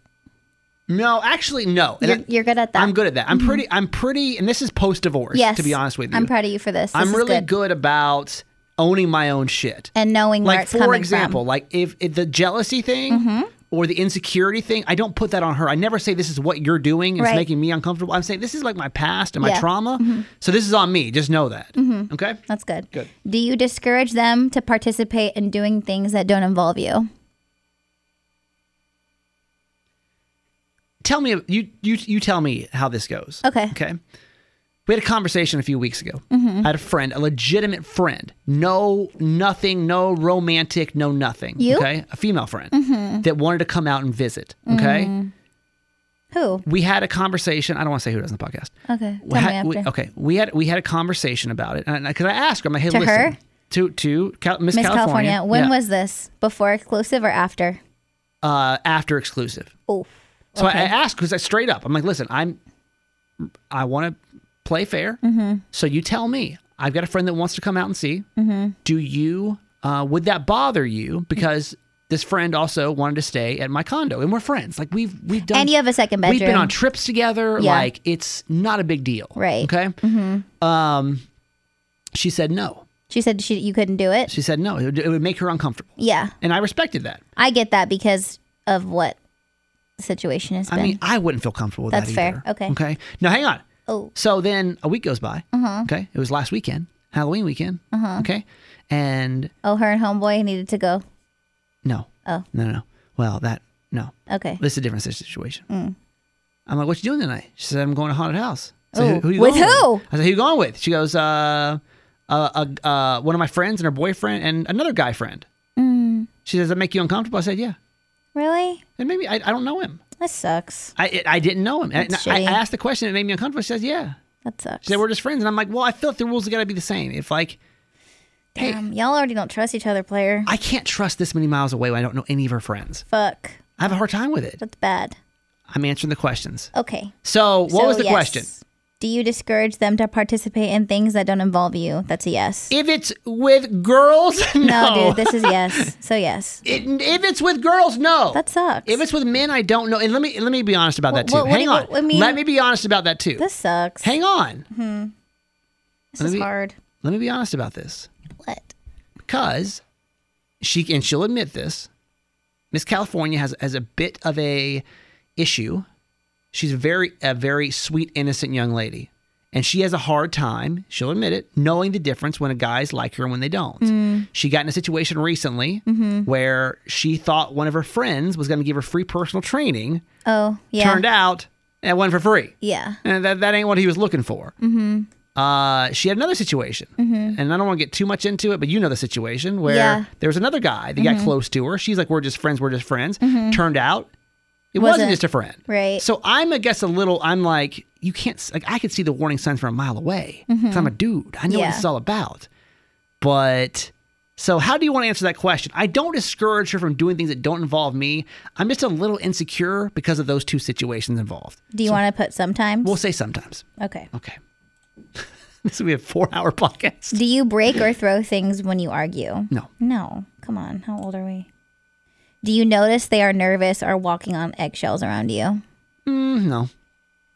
[SPEAKER 3] No, actually, no. And
[SPEAKER 2] You're,
[SPEAKER 3] I-
[SPEAKER 2] you're good at that.
[SPEAKER 3] I'm good at that. I'm pretty. I'm pretty. And this is post-divorce.
[SPEAKER 2] Yes.
[SPEAKER 3] To be honest with you,
[SPEAKER 2] I'm proud of you for this.
[SPEAKER 3] I'm
[SPEAKER 2] This is
[SPEAKER 3] really
[SPEAKER 2] good.
[SPEAKER 3] about owning my own shit.
[SPEAKER 2] And knowing where
[SPEAKER 3] like
[SPEAKER 2] it's coming
[SPEAKER 3] for
[SPEAKER 2] from. Mm-hmm.
[SPEAKER 3] example, like if, if the jealousy thing or the insecurity thing, I don't put that on her. I never say this is what you're doing. It's
[SPEAKER 2] Right.
[SPEAKER 3] making me uncomfortable. I'm saying this is like my past and my
[SPEAKER 2] Yeah. Mm-hmm.
[SPEAKER 3] trauma. So this is on me. Just know that. Okay.
[SPEAKER 2] That's good.
[SPEAKER 3] Good.
[SPEAKER 2] Do you discourage them to participate in doing things that don't involve you?
[SPEAKER 3] Tell me you you you tell me how this goes.
[SPEAKER 2] Okay. Mm-hmm.
[SPEAKER 3] Okay. We had a conversation a few weeks ago. I had a friend, a legitimate friend, no nothing, no romantic, no nothing.
[SPEAKER 2] You? Mm-hmm.
[SPEAKER 3] Okay. A female friend that wanted to come out and visit. Okay.
[SPEAKER 2] Who?
[SPEAKER 3] We had a conversation. I don't want to say who does on the podcast.
[SPEAKER 2] Okay. Tell
[SPEAKER 3] we
[SPEAKER 2] me
[SPEAKER 3] had,
[SPEAKER 2] after.
[SPEAKER 3] we, okay, we had we had a conversation about it, and because I, asked her, I'm like, hey,
[SPEAKER 2] To
[SPEAKER 3] listen,
[SPEAKER 2] her?
[SPEAKER 3] to to Cal- Miss,
[SPEAKER 2] Miss California. When
[SPEAKER 3] yeah,
[SPEAKER 2] was this? Before exclusive or after?
[SPEAKER 3] uh, after exclusive?
[SPEAKER 2] Oh.
[SPEAKER 3] So I, I asked because I straight up, I'm like, listen, I'm I want to play fair,
[SPEAKER 2] Mm-hmm.
[SPEAKER 3] so you tell me. I've got a friend that wants to come out and see.
[SPEAKER 2] Mm-hmm.
[SPEAKER 3] Do you? Uh, would that bother you? Because this friend also wanted to stay at my condo, and we're friends. Like we've we've done.
[SPEAKER 2] And you have a second bedroom.
[SPEAKER 3] We've been on trips together.
[SPEAKER 2] Yeah.
[SPEAKER 3] Like it's not a big deal.
[SPEAKER 2] Right. Mm-hmm.
[SPEAKER 3] Okay. Um, she said no.
[SPEAKER 2] she said she, you couldn't do it.
[SPEAKER 3] She said no. It would, it would make her uncomfortable,
[SPEAKER 2] yeah.
[SPEAKER 3] and I respected that.
[SPEAKER 2] I get that because of what the situation has
[SPEAKER 3] I
[SPEAKER 2] been.
[SPEAKER 3] mean, I wouldn't feel comfortable with
[SPEAKER 2] That's
[SPEAKER 3] that
[SPEAKER 2] fair.
[SPEAKER 3] either.
[SPEAKER 2] Okay.
[SPEAKER 3] Okay. Now hang on.
[SPEAKER 2] oh.
[SPEAKER 3] So then a week goes by.
[SPEAKER 2] Mm-hmm.
[SPEAKER 3] Okay. It was last weekend, Halloween weekend. Okay. And
[SPEAKER 2] Oh, her and homeboy needed to go.
[SPEAKER 3] no.
[SPEAKER 2] Oh.
[SPEAKER 3] No, no, no. Well, that no.
[SPEAKER 2] Okay.
[SPEAKER 3] This is a different situation.
[SPEAKER 2] Mm.
[SPEAKER 3] I'm like, what you doing tonight? She said, I'm going to haunted house. I said,
[SPEAKER 2] Ooh, Oh, with
[SPEAKER 3] going
[SPEAKER 2] who?
[SPEAKER 3] I said, who you going with? She goes, uh, uh, uh, uh, one of my friends and her boyfriend and another guy friend. She says, does that make you uncomfortable? I said, yeah.
[SPEAKER 2] Mm, Really?
[SPEAKER 3] And maybe I, I don't know him.
[SPEAKER 2] That sucks.
[SPEAKER 3] I it, I didn't know him. And
[SPEAKER 2] That's
[SPEAKER 3] I, I
[SPEAKER 2] shitty.
[SPEAKER 3] asked the question. It made me uncomfortable. She says, yeah.
[SPEAKER 2] That sucks.
[SPEAKER 3] She said, we're just friends. And I'm like, well, I feel like the rules have got to be the same. If like, hey,
[SPEAKER 2] Damn, y'all already don't trust each other, player.
[SPEAKER 3] I can't trust this many miles away when I don't know any of her friends.
[SPEAKER 2] Fuck.
[SPEAKER 3] I have a hard time with it.
[SPEAKER 2] That's bad.
[SPEAKER 3] I'm answering the questions.
[SPEAKER 2] Okay.
[SPEAKER 3] So what
[SPEAKER 2] So,
[SPEAKER 3] was the
[SPEAKER 2] yes.
[SPEAKER 3] question?
[SPEAKER 2] Do you discourage them to participate in things that don't involve you? That's a yes.
[SPEAKER 3] If it's with girls, no.
[SPEAKER 2] dude, this is yes. So yes.
[SPEAKER 3] It- if it's with girls, no.
[SPEAKER 2] That sucks.
[SPEAKER 3] If it's with men, I don't know. And let me let me be honest about
[SPEAKER 2] Wha-
[SPEAKER 3] that too.
[SPEAKER 2] wha- what do
[SPEAKER 3] Hang
[SPEAKER 2] you-
[SPEAKER 3] on.
[SPEAKER 2] what- I mean-
[SPEAKER 3] let me be honest about that too.
[SPEAKER 2] this Mm-hmm. sucks.
[SPEAKER 3] Hang on.
[SPEAKER 2] this is
[SPEAKER 3] let me-
[SPEAKER 2] hard.
[SPEAKER 3] Let me be honest about this.
[SPEAKER 2] What?
[SPEAKER 3] because she and she'll admit this miss california has has a bit of a issue she's very a very sweet innocent young lady and she has a hard time she'll admit it knowing the difference when a guy's like her and when they don't she got in a situation recently where she thought one of her friends was going to give her free personal training
[SPEAKER 2] Oh yeah.
[SPEAKER 3] turned out eh, it went for free
[SPEAKER 2] yeah.
[SPEAKER 3] and that, that ain't what he was looking for.
[SPEAKER 2] Mm-hmm.
[SPEAKER 3] Uh, she had another situation, and I don't want to get too much into it, but you know the situation where
[SPEAKER 2] Yeah. Mm-hmm.
[SPEAKER 3] there was another guy that got close to her. She's like, "We're just friends. We're just friends." Turned out, it wasn't,
[SPEAKER 2] Wasn't.
[SPEAKER 3] just a friend.
[SPEAKER 2] Right.
[SPEAKER 3] So I'm, I guess, a little. I'm like, you can't. s- Like, I could see the warning signs from a mile away. 'cause I'm a dude. I know what
[SPEAKER 2] Mm-hmm. Yeah.
[SPEAKER 3] this is all about. But so, how do you want to answer that question? I don't discourage her from doing things that don't involve me. I'm just a little insecure because of those two situations involved.
[SPEAKER 2] Do you want to put sometimes?
[SPEAKER 3] We'll say sometimes.
[SPEAKER 2] okay.
[SPEAKER 3] Okay. this will be a four-hour podcast.
[SPEAKER 2] Do you break or throw things when you argue?
[SPEAKER 3] No.
[SPEAKER 2] No. Come on. How old are we? Do you notice they are nervous or walking on eggshells around you?
[SPEAKER 3] Mm, no,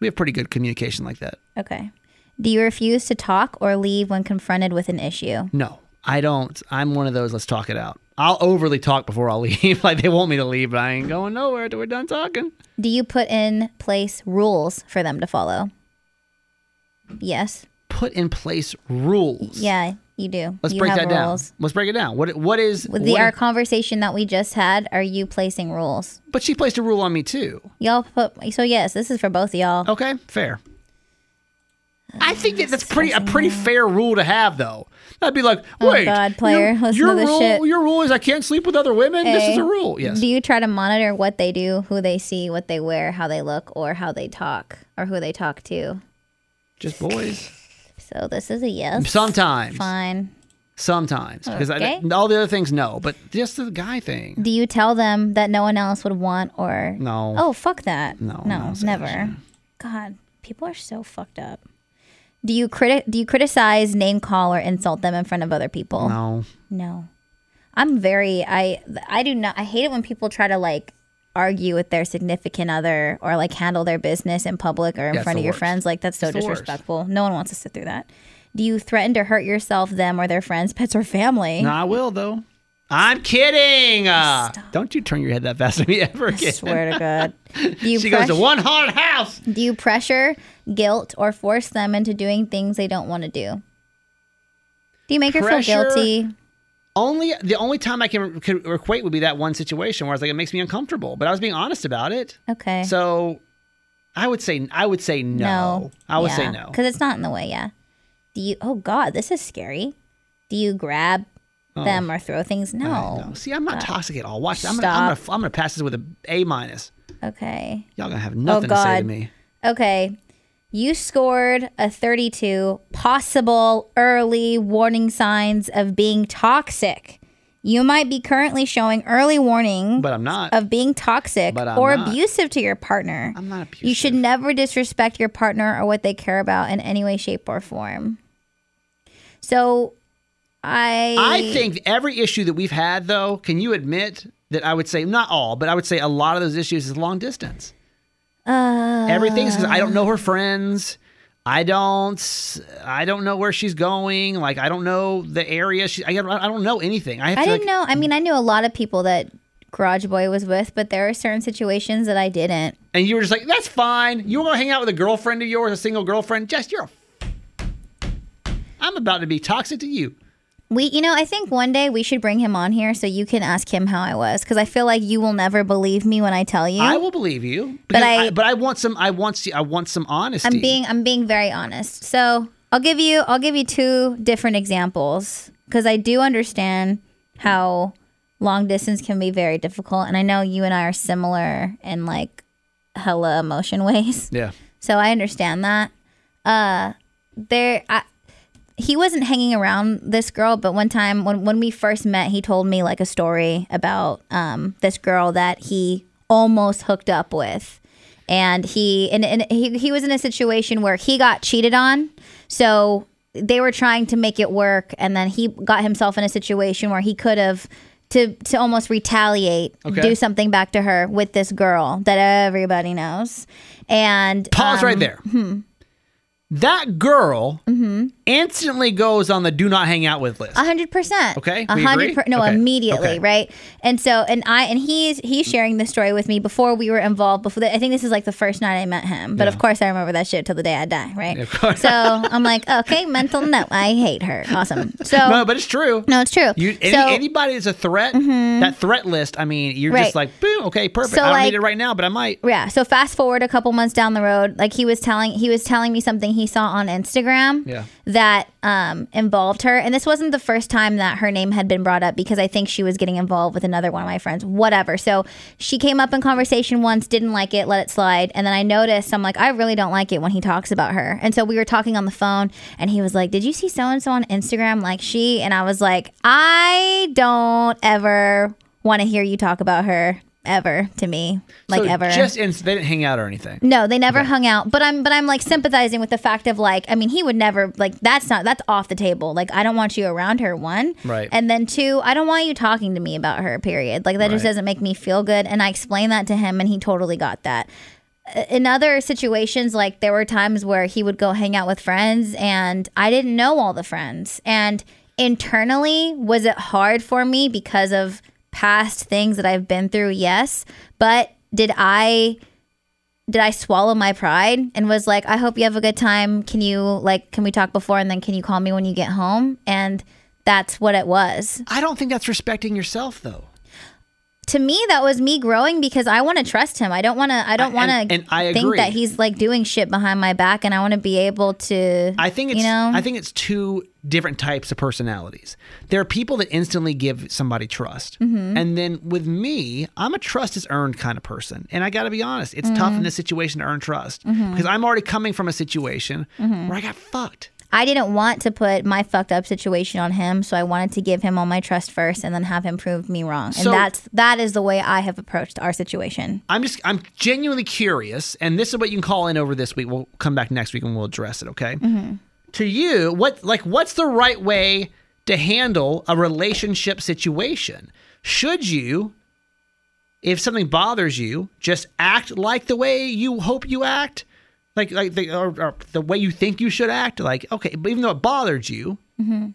[SPEAKER 3] we have pretty good communication like that.
[SPEAKER 2] Okay. Do you refuse to talk or leave when confronted with an issue?
[SPEAKER 3] No, I don't. I'm one of those. Let's talk it out. I'll overly talk before I'll leave. like they want me to leave, but I ain't going nowhere till we're done talking.
[SPEAKER 2] Do you put in place rules for them to follow? Yes.
[SPEAKER 3] Put in place rules.
[SPEAKER 2] Yeah, you do.
[SPEAKER 3] Let's
[SPEAKER 2] you
[SPEAKER 3] break
[SPEAKER 2] have
[SPEAKER 3] that
[SPEAKER 2] rules.
[SPEAKER 3] down. Let's break it down. What what is?
[SPEAKER 2] With the
[SPEAKER 3] what-
[SPEAKER 2] our conversation that we just had, are you placing rules?
[SPEAKER 3] but she placed a rule on me too.
[SPEAKER 2] Y'all put so yes, this is for both of y'all.
[SPEAKER 3] Okay, fair. I think that that's pretty a pretty fair rule to have, though. I'd be like,
[SPEAKER 2] Oh,
[SPEAKER 3] wait,
[SPEAKER 2] God, player,
[SPEAKER 3] your,
[SPEAKER 2] listen
[SPEAKER 3] your
[SPEAKER 2] to this
[SPEAKER 3] rule,
[SPEAKER 2] shit.
[SPEAKER 3] your rule is I can't sleep with other women. This is
[SPEAKER 2] A,
[SPEAKER 3] a rule. Yes,
[SPEAKER 2] Do you try to monitor what they do, who they see, what they wear, how they look, or how they talk, or who they talk to?
[SPEAKER 3] just boys.
[SPEAKER 2] So this is a yes.
[SPEAKER 3] Sometimes,
[SPEAKER 2] Fine.
[SPEAKER 3] sometimes, because
[SPEAKER 2] Okay.
[SPEAKER 3] I, all the other things, no, but just the guy thing.
[SPEAKER 2] Do you tell them that no one else would want or
[SPEAKER 3] No.
[SPEAKER 2] Oh, fuck that.
[SPEAKER 3] No,
[SPEAKER 2] No,
[SPEAKER 3] no, it's
[SPEAKER 2] never. God, people are so fucked up. Do you criti- do you criticize, name call or insult them in front of other people?
[SPEAKER 3] No,
[SPEAKER 2] No. I'm very I I do not I hate it when people try to like argue with their significant other or like handle their business in public or in
[SPEAKER 3] Yeah, it's
[SPEAKER 2] front
[SPEAKER 3] the
[SPEAKER 2] of your
[SPEAKER 3] worst.
[SPEAKER 2] friends. Like that's so
[SPEAKER 3] It's the worst.
[SPEAKER 2] disrespectful. No one wants to sit through that. Do you threaten to hurt yourself, them, or their friends, pets, or family?
[SPEAKER 3] no, I will though. I'm kidding. Uh, don't you turn your head that fast at me ever
[SPEAKER 2] I
[SPEAKER 3] again.
[SPEAKER 2] swear to God. Do you
[SPEAKER 3] She
[SPEAKER 2] press-
[SPEAKER 3] goes to one haunted house.
[SPEAKER 2] Do you pressure, guilt, or force them into doing things they don't want to do? Do you make her feel
[SPEAKER 3] Pressure-
[SPEAKER 2] guilty?
[SPEAKER 3] Only the only time I can could equate would be that one situation where I was like, it makes me uncomfortable. But I was being honest about it.
[SPEAKER 2] Okay.
[SPEAKER 3] So I would say I would say no. I would say no.
[SPEAKER 2] Because it's not in the way, yeah. Do you, oh God, this is scary. Do you grab them or throw things?
[SPEAKER 3] Oh. I
[SPEAKER 2] No.
[SPEAKER 3] know. See, I'm not toxic at all. Watch, I'm gonna, I'm gonna I'm gonna pass this with a A minus.
[SPEAKER 2] Okay.
[SPEAKER 3] Y'all gonna have nothing to say
[SPEAKER 2] Oh, God.
[SPEAKER 3] to me.
[SPEAKER 2] Okay. You scored a 32 possible early warning signs of being toxic. You might be currently showing early warning
[SPEAKER 3] But I'm not.
[SPEAKER 2] of being toxic
[SPEAKER 3] But I'm
[SPEAKER 2] or
[SPEAKER 3] not.
[SPEAKER 2] abusive to your partner.
[SPEAKER 3] I'm not
[SPEAKER 2] You should
[SPEAKER 3] abusive.
[SPEAKER 2] never disrespect your partner or what they care about in any way, shape, or form. So, I
[SPEAKER 3] I think every issue that we've had though, can you admit that I would say not all, but I would say a lot of those issues is long distance.
[SPEAKER 2] uh,
[SPEAKER 3] Everything's because I don't know her friends. I don't. I don't know where she's going. Like I don't know the area. She. I, don't- I don't know anything. I, have
[SPEAKER 2] I
[SPEAKER 3] to,
[SPEAKER 2] didn't
[SPEAKER 3] like,
[SPEAKER 2] know. I mean, I knew a lot of people that Garage Boy was with, but there are certain situations that I didn't.
[SPEAKER 3] And you were just like, that's fine. You want to hang out with a girlfriend of yours, a single girlfriend? Jess, you're a. I'm about to be toxic to you.
[SPEAKER 2] We, you know, I think one day we should bring him on here so you can ask him how I was because I feel like you will never believe me when I tell you.
[SPEAKER 3] I will believe you,
[SPEAKER 2] But
[SPEAKER 3] because
[SPEAKER 2] I-
[SPEAKER 3] but I want some. I want. se- I want some honesty.
[SPEAKER 2] I'm being, I'm being very honest. So I'll give you, I'll give you two different examples because I do understand how long distance can be very difficult, and I know you and I are similar in like hella emotion ways.
[SPEAKER 3] Yeah.
[SPEAKER 2] So I understand that. Uh there I he wasn't hanging around this girl, but one time when when we first met, he told me like a story about um this girl that he almost hooked up with. And he and, and he he was in a situation where he got cheated on. So they were trying to make it work and then he got himself in a situation where he could have to to almost retaliate,
[SPEAKER 3] Okay.
[SPEAKER 2] do something back to her with this girl that everybody knows. And
[SPEAKER 3] Pause
[SPEAKER 2] um,
[SPEAKER 3] right there. That girl
[SPEAKER 2] Mm-hmm.
[SPEAKER 3] instantly goes on the do not hang out with list.
[SPEAKER 2] A hundred percent.
[SPEAKER 3] Okay,
[SPEAKER 2] A
[SPEAKER 3] we
[SPEAKER 2] hundred
[SPEAKER 3] agree?
[SPEAKER 2] percent. No,
[SPEAKER 3] Okay,
[SPEAKER 2] immediately,
[SPEAKER 3] okay.
[SPEAKER 2] right? And so, and I, and he's he's sharing this story with me before we were involved. Before the, I think this is like the first night I met him, but of course I remember that shit till the day I die, right?
[SPEAKER 3] Of course.
[SPEAKER 2] So I'm like, okay, mental note. I hate her. Awesome. So
[SPEAKER 3] no, but it's true.
[SPEAKER 2] no, it's true.
[SPEAKER 3] You, any,
[SPEAKER 2] so, mm-hmm.
[SPEAKER 3] anybody that's a threat, that threat list, I mean, you're
[SPEAKER 2] Right.
[SPEAKER 3] just like, boom, okay, perfect.
[SPEAKER 2] So,
[SPEAKER 3] I don't
[SPEAKER 2] like-
[SPEAKER 3] need it right now, but I might.
[SPEAKER 2] yeah so fast forward a couple months down the road like he was telling he was telling me something he saw on instagram
[SPEAKER 3] Yeah.
[SPEAKER 2] that um, involved her and this wasn't the first time that her name had been brought up because i think she was getting involved with another one of my friends whatever so she came up in conversation once didn't like it let it slide and then i noticed i'm like i really don't like it when he talks about her and so we were talking on the phone and he was like did you see so and so on instagram like she and i was like i don't ever want to hear you talk about her ever to me, like
[SPEAKER 3] So
[SPEAKER 2] ever.
[SPEAKER 3] Just in, they didn't hang out or anything.
[SPEAKER 2] no, they never hung out. But I'm but I'm like sympathizing with the fact of like I mean he would never like that's not that's off the table. Like I don't want you around her one.
[SPEAKER 3] Right.
[SPEAKER 2] And then two, I don't want you talking to me about her period. Like that just
[SPEAKER 3] Right.
[SPEAKER 2] doesn't make me feel good and I explained that to him and he totally got that. Uh, in other situations, like there were times where he would go hang out with friends and I didn't know all the friends. And internally, was it hard for me because of past things that I've been through? Yes. But did I. Did I swallow my pride and was like, I hope you have a good time. Can you, like, can we talk before and then can you call me when you get home? And that's what it was
[SPEAKER 3] I don't think that's respecting yourself though.
[SPEAKER 2] to me that was me growing because I want to trust him. I don't want to I don't
[SPEAKER 3] I-
[SPEAKER 2] want
[SPEAKER 3] and-
[SPEAKER 2] to
[SPEAKER 3] and I
[SPEAKER 2] think
[SPEAKER 3] agree.
[SPEAKER 2] that he's like doing shit behind my back and I want to be able to
[SPEAKER 3] I think it's
[SPEAKER 2] you know
[SPEAKER 3] I think it's two different types of personalities. There are people that instantly give somebody trust.
[SPEAKER 2] Mm-hmm.
[SPEAKER 3] And then with me, I'm a trust is earned kind of person. And I got to be honest, it's tough
[SPEAKER 2] Mm-hmm.
[SPEAKER 3] in this situation to earn trust because I'm already coming from a situation
[SPEAKER 2] Mm-hmm.
[SPEAKER 3] where I got fucked.
[SPEAKER 2] I didn't want to put my fucked up situation on him, so I wanted to give him all my trust first and then have him prove me wrong.
[SPEAKER 3] So-
[SPEAKER 2] and that's that is the way I have approached our situation.
[SPEAKER 3] I'm just I'm genuinely curious, and this is what you can call in over this week. We'll come back next week and we'll address it. Okay. To you, what like what's the right way to handle a relationship situation? Should you, if something bothers you, just act like the way you hope you act, like like the or, or the way you think you should act? Like okay, but even though it bothered you,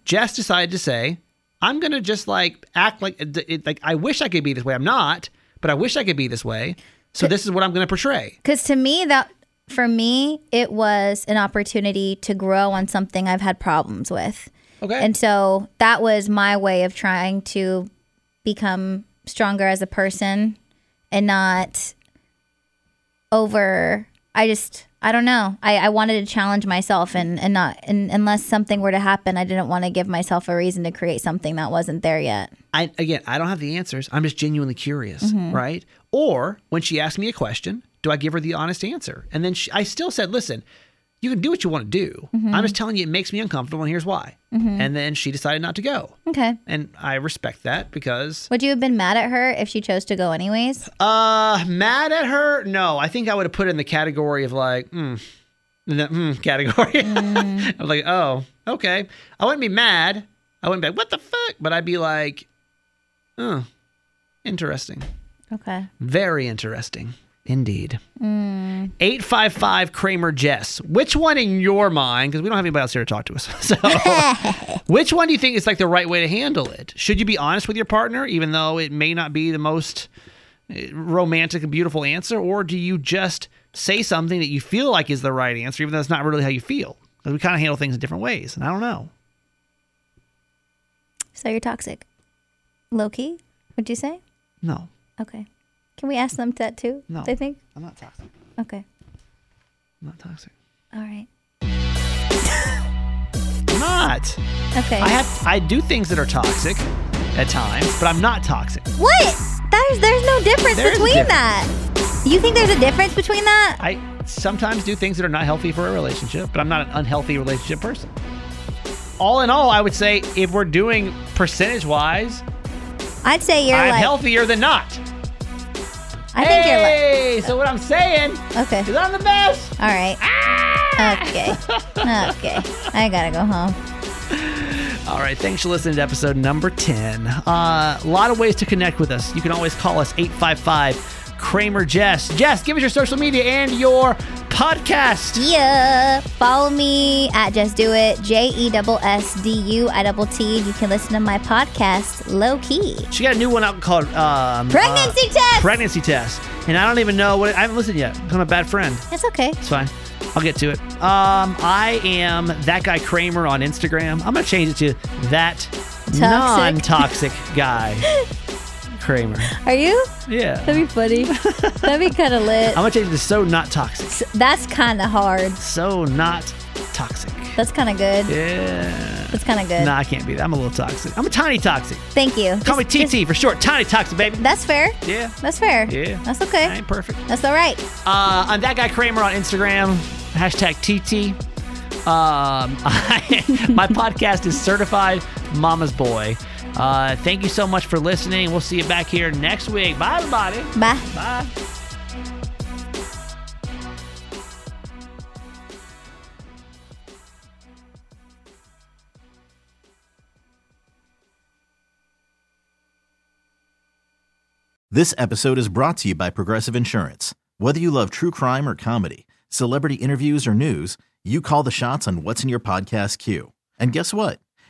[SPEAKER 3] Jess decided to say, "I'm gonna just like act like it- like I wish I could be this way. I'm not, but I wish I could be this way. So this is what I'm gonna portray."
[SPEAKER 2] Cuz to me that for me it was an opportunity to grow on something I've had problems with.
[SPEAKER 3] Okay.
[SPEAKER 2] And so that was my way of trying to become stronger as a person and not over I just I don't know. I, I wanted to challenge myself and, and not and unless something were to happen, I didn't want to give myself a reason to create something that wasn't there yet.
[SPEAKER 3] I again, I don't have the answers. I'm just genuinely curious, right? Or when she asked me a question, do I give her the honest answer? And then she, I still said, "Listen, you can do what you want to do. I'm just telling you, it makes me uncomfortable, and here's why." And then she decided not to go,
[SPEAKER 2] Okay.
[SPEAKER 3] and I respect that because
[SPEAKER 2] Would you have been mad at her if she chose to go anyways?
[SPEAKER 3] Uh, mad at her? No, I think I would have put it in the category of like, mm, in the mm category. I'm like, oh, okay. I wouldn't be mad. I wouldn't be like, what the fuck? But I'd be like, oh, interesting.
[SPEAKER 2] Okay.
[SPEAKER 3] Very interesting. Mm. Indeed. 855 Kramer Jess. Which one in your mind, because we don't have anybody else here to talk to us. So, which one do you think is like the right way to handle it? Should you be honest with your partner, even though it may not be the most eh, romantic and beautiful answer? Or do you just say something that you feel like is the right answer, even though it's not really how you feel? Because we kind of handle things in different ways. And I don't know.
[SPEAKER 2] So you're toxic. Low key, would you say?
[SPEAKER 3] No,
[SPEAKER 2] Okay. Can we ask them that too?
[SPEAKER 3] No.
[SPEAKER 2] They think?
[SPEAKER 3] I'm not toxic.
[SPEAKER 2] Okay.
[SPEAKER 3] I'm not toxic.
[SPEAKER 2] All right.
[SPEAKER 3] I'm not.
[SPEAKER 2] Okay.
[SPEAKER 3] I have I do things that are toxic at times, but I'm not toxic.
[SPEAKER 2] What? There's there's no difference
[SPEAKER 3] There is a
[SPEAKER 2] between
[SPEAKER 3] difference.
[SPEAKER 2] that. You think there's a difference between that?
[SPEAKER 3] I sometimes do things that are not healthy for a relationship, but I'm not an unhealthy relationship person. All in all, I would say if we're doing percentage wise,
[SPEAKER 2] I'd say you're
[SPEAKER 3] I'm
[SPEAKER 2] like
[SPEAKER 3] healthier than not.
[SPEAKER 2] I think you're like
[SPEAKER 3] hey, so what I'm saying
[SPEAKER 2] okay.
[SPEAKER 3] is I'm the best.
[SPEAKER 2] All right. Okay. Okay. I gotta go home.
[SPEAKER 3] All right, thanks for listening to episode number 10. Uh, a lot of ways to connect with us. You can always call us 855 Kramer Jess. Jess, give us your social media and your podcast.
[SPEAKER 2] Yeah. Follow me at Just Do It. J E double S D U I double T. You can listen to my podcast, Low Key.
[SPEAKER 3] She got a new one out called um, uh,
[SPEAKER 2] Pregnancy test.
[SPEAKER 3] Pregnancy Test. And I don't even know what it, I haven't listened yet. 'cause I'm a bad friend.
[SPEAKER 2] That's okay.
[SPEAKER 3] It's fine. I'll get to it. Um, I am that guy Kramer on Instagram. I'm gonna change it to that non-toxic guy Kramer.
[SPEAKER 2] Are you?
[SPEAKER 3] Yeah.
[SPEAKER 2] That'd be funny. That'd be kind of lit.
[SPEAKER 3] I'm gonna change it to so not toxic.
[SPEAKER 2] That's kind of hard.
[SPEAKER 3] So not toxic.
[SPEAKER 2] That's kind of good.
[SPEAKER 3] Yeah.
[SPEAKER 2] That's kind of good.
[SPEAKER 3] Nah, I can't be that. I'm a little toxic. I'm a tiny toxic.
[SPEAKER 2] Thank you.
[SPEAKER 3] Call me
[SPEAKER 2] Just- just-
[SPEAKER 3] TT for short. Tiny toxic, baby.
[SPEAKER 2] That's fair.
[SPEAKER 3] Yeah.
[SPEAKER 2] That's fair.
[SPEAKER 3] Yeah.
[SPEAKER 2] That's
[SPEAKER 3] I
[SPEAKER 2] okay.
[SPEAKER 3] ain't perfect.
[SPEAKER 2] That's all right.
[SPEAKER 3] Uh, I'm that guy Kramer on Instagram, hashtag TT. Um, I, my podcast is Certified Mama's Boy. Uh, thank you so much for listening. We'll see you back here next week. Bye, everybody.
[SPEAKER 2] Bye.
[SPEAKER 3] Bye.
[SPEAKER 1] This episode is brought to you by Progressive Insurance. Whether you love true crime or comedy, celebrity interviews or news, you call the shots on what's in your podcast queue. And guess what?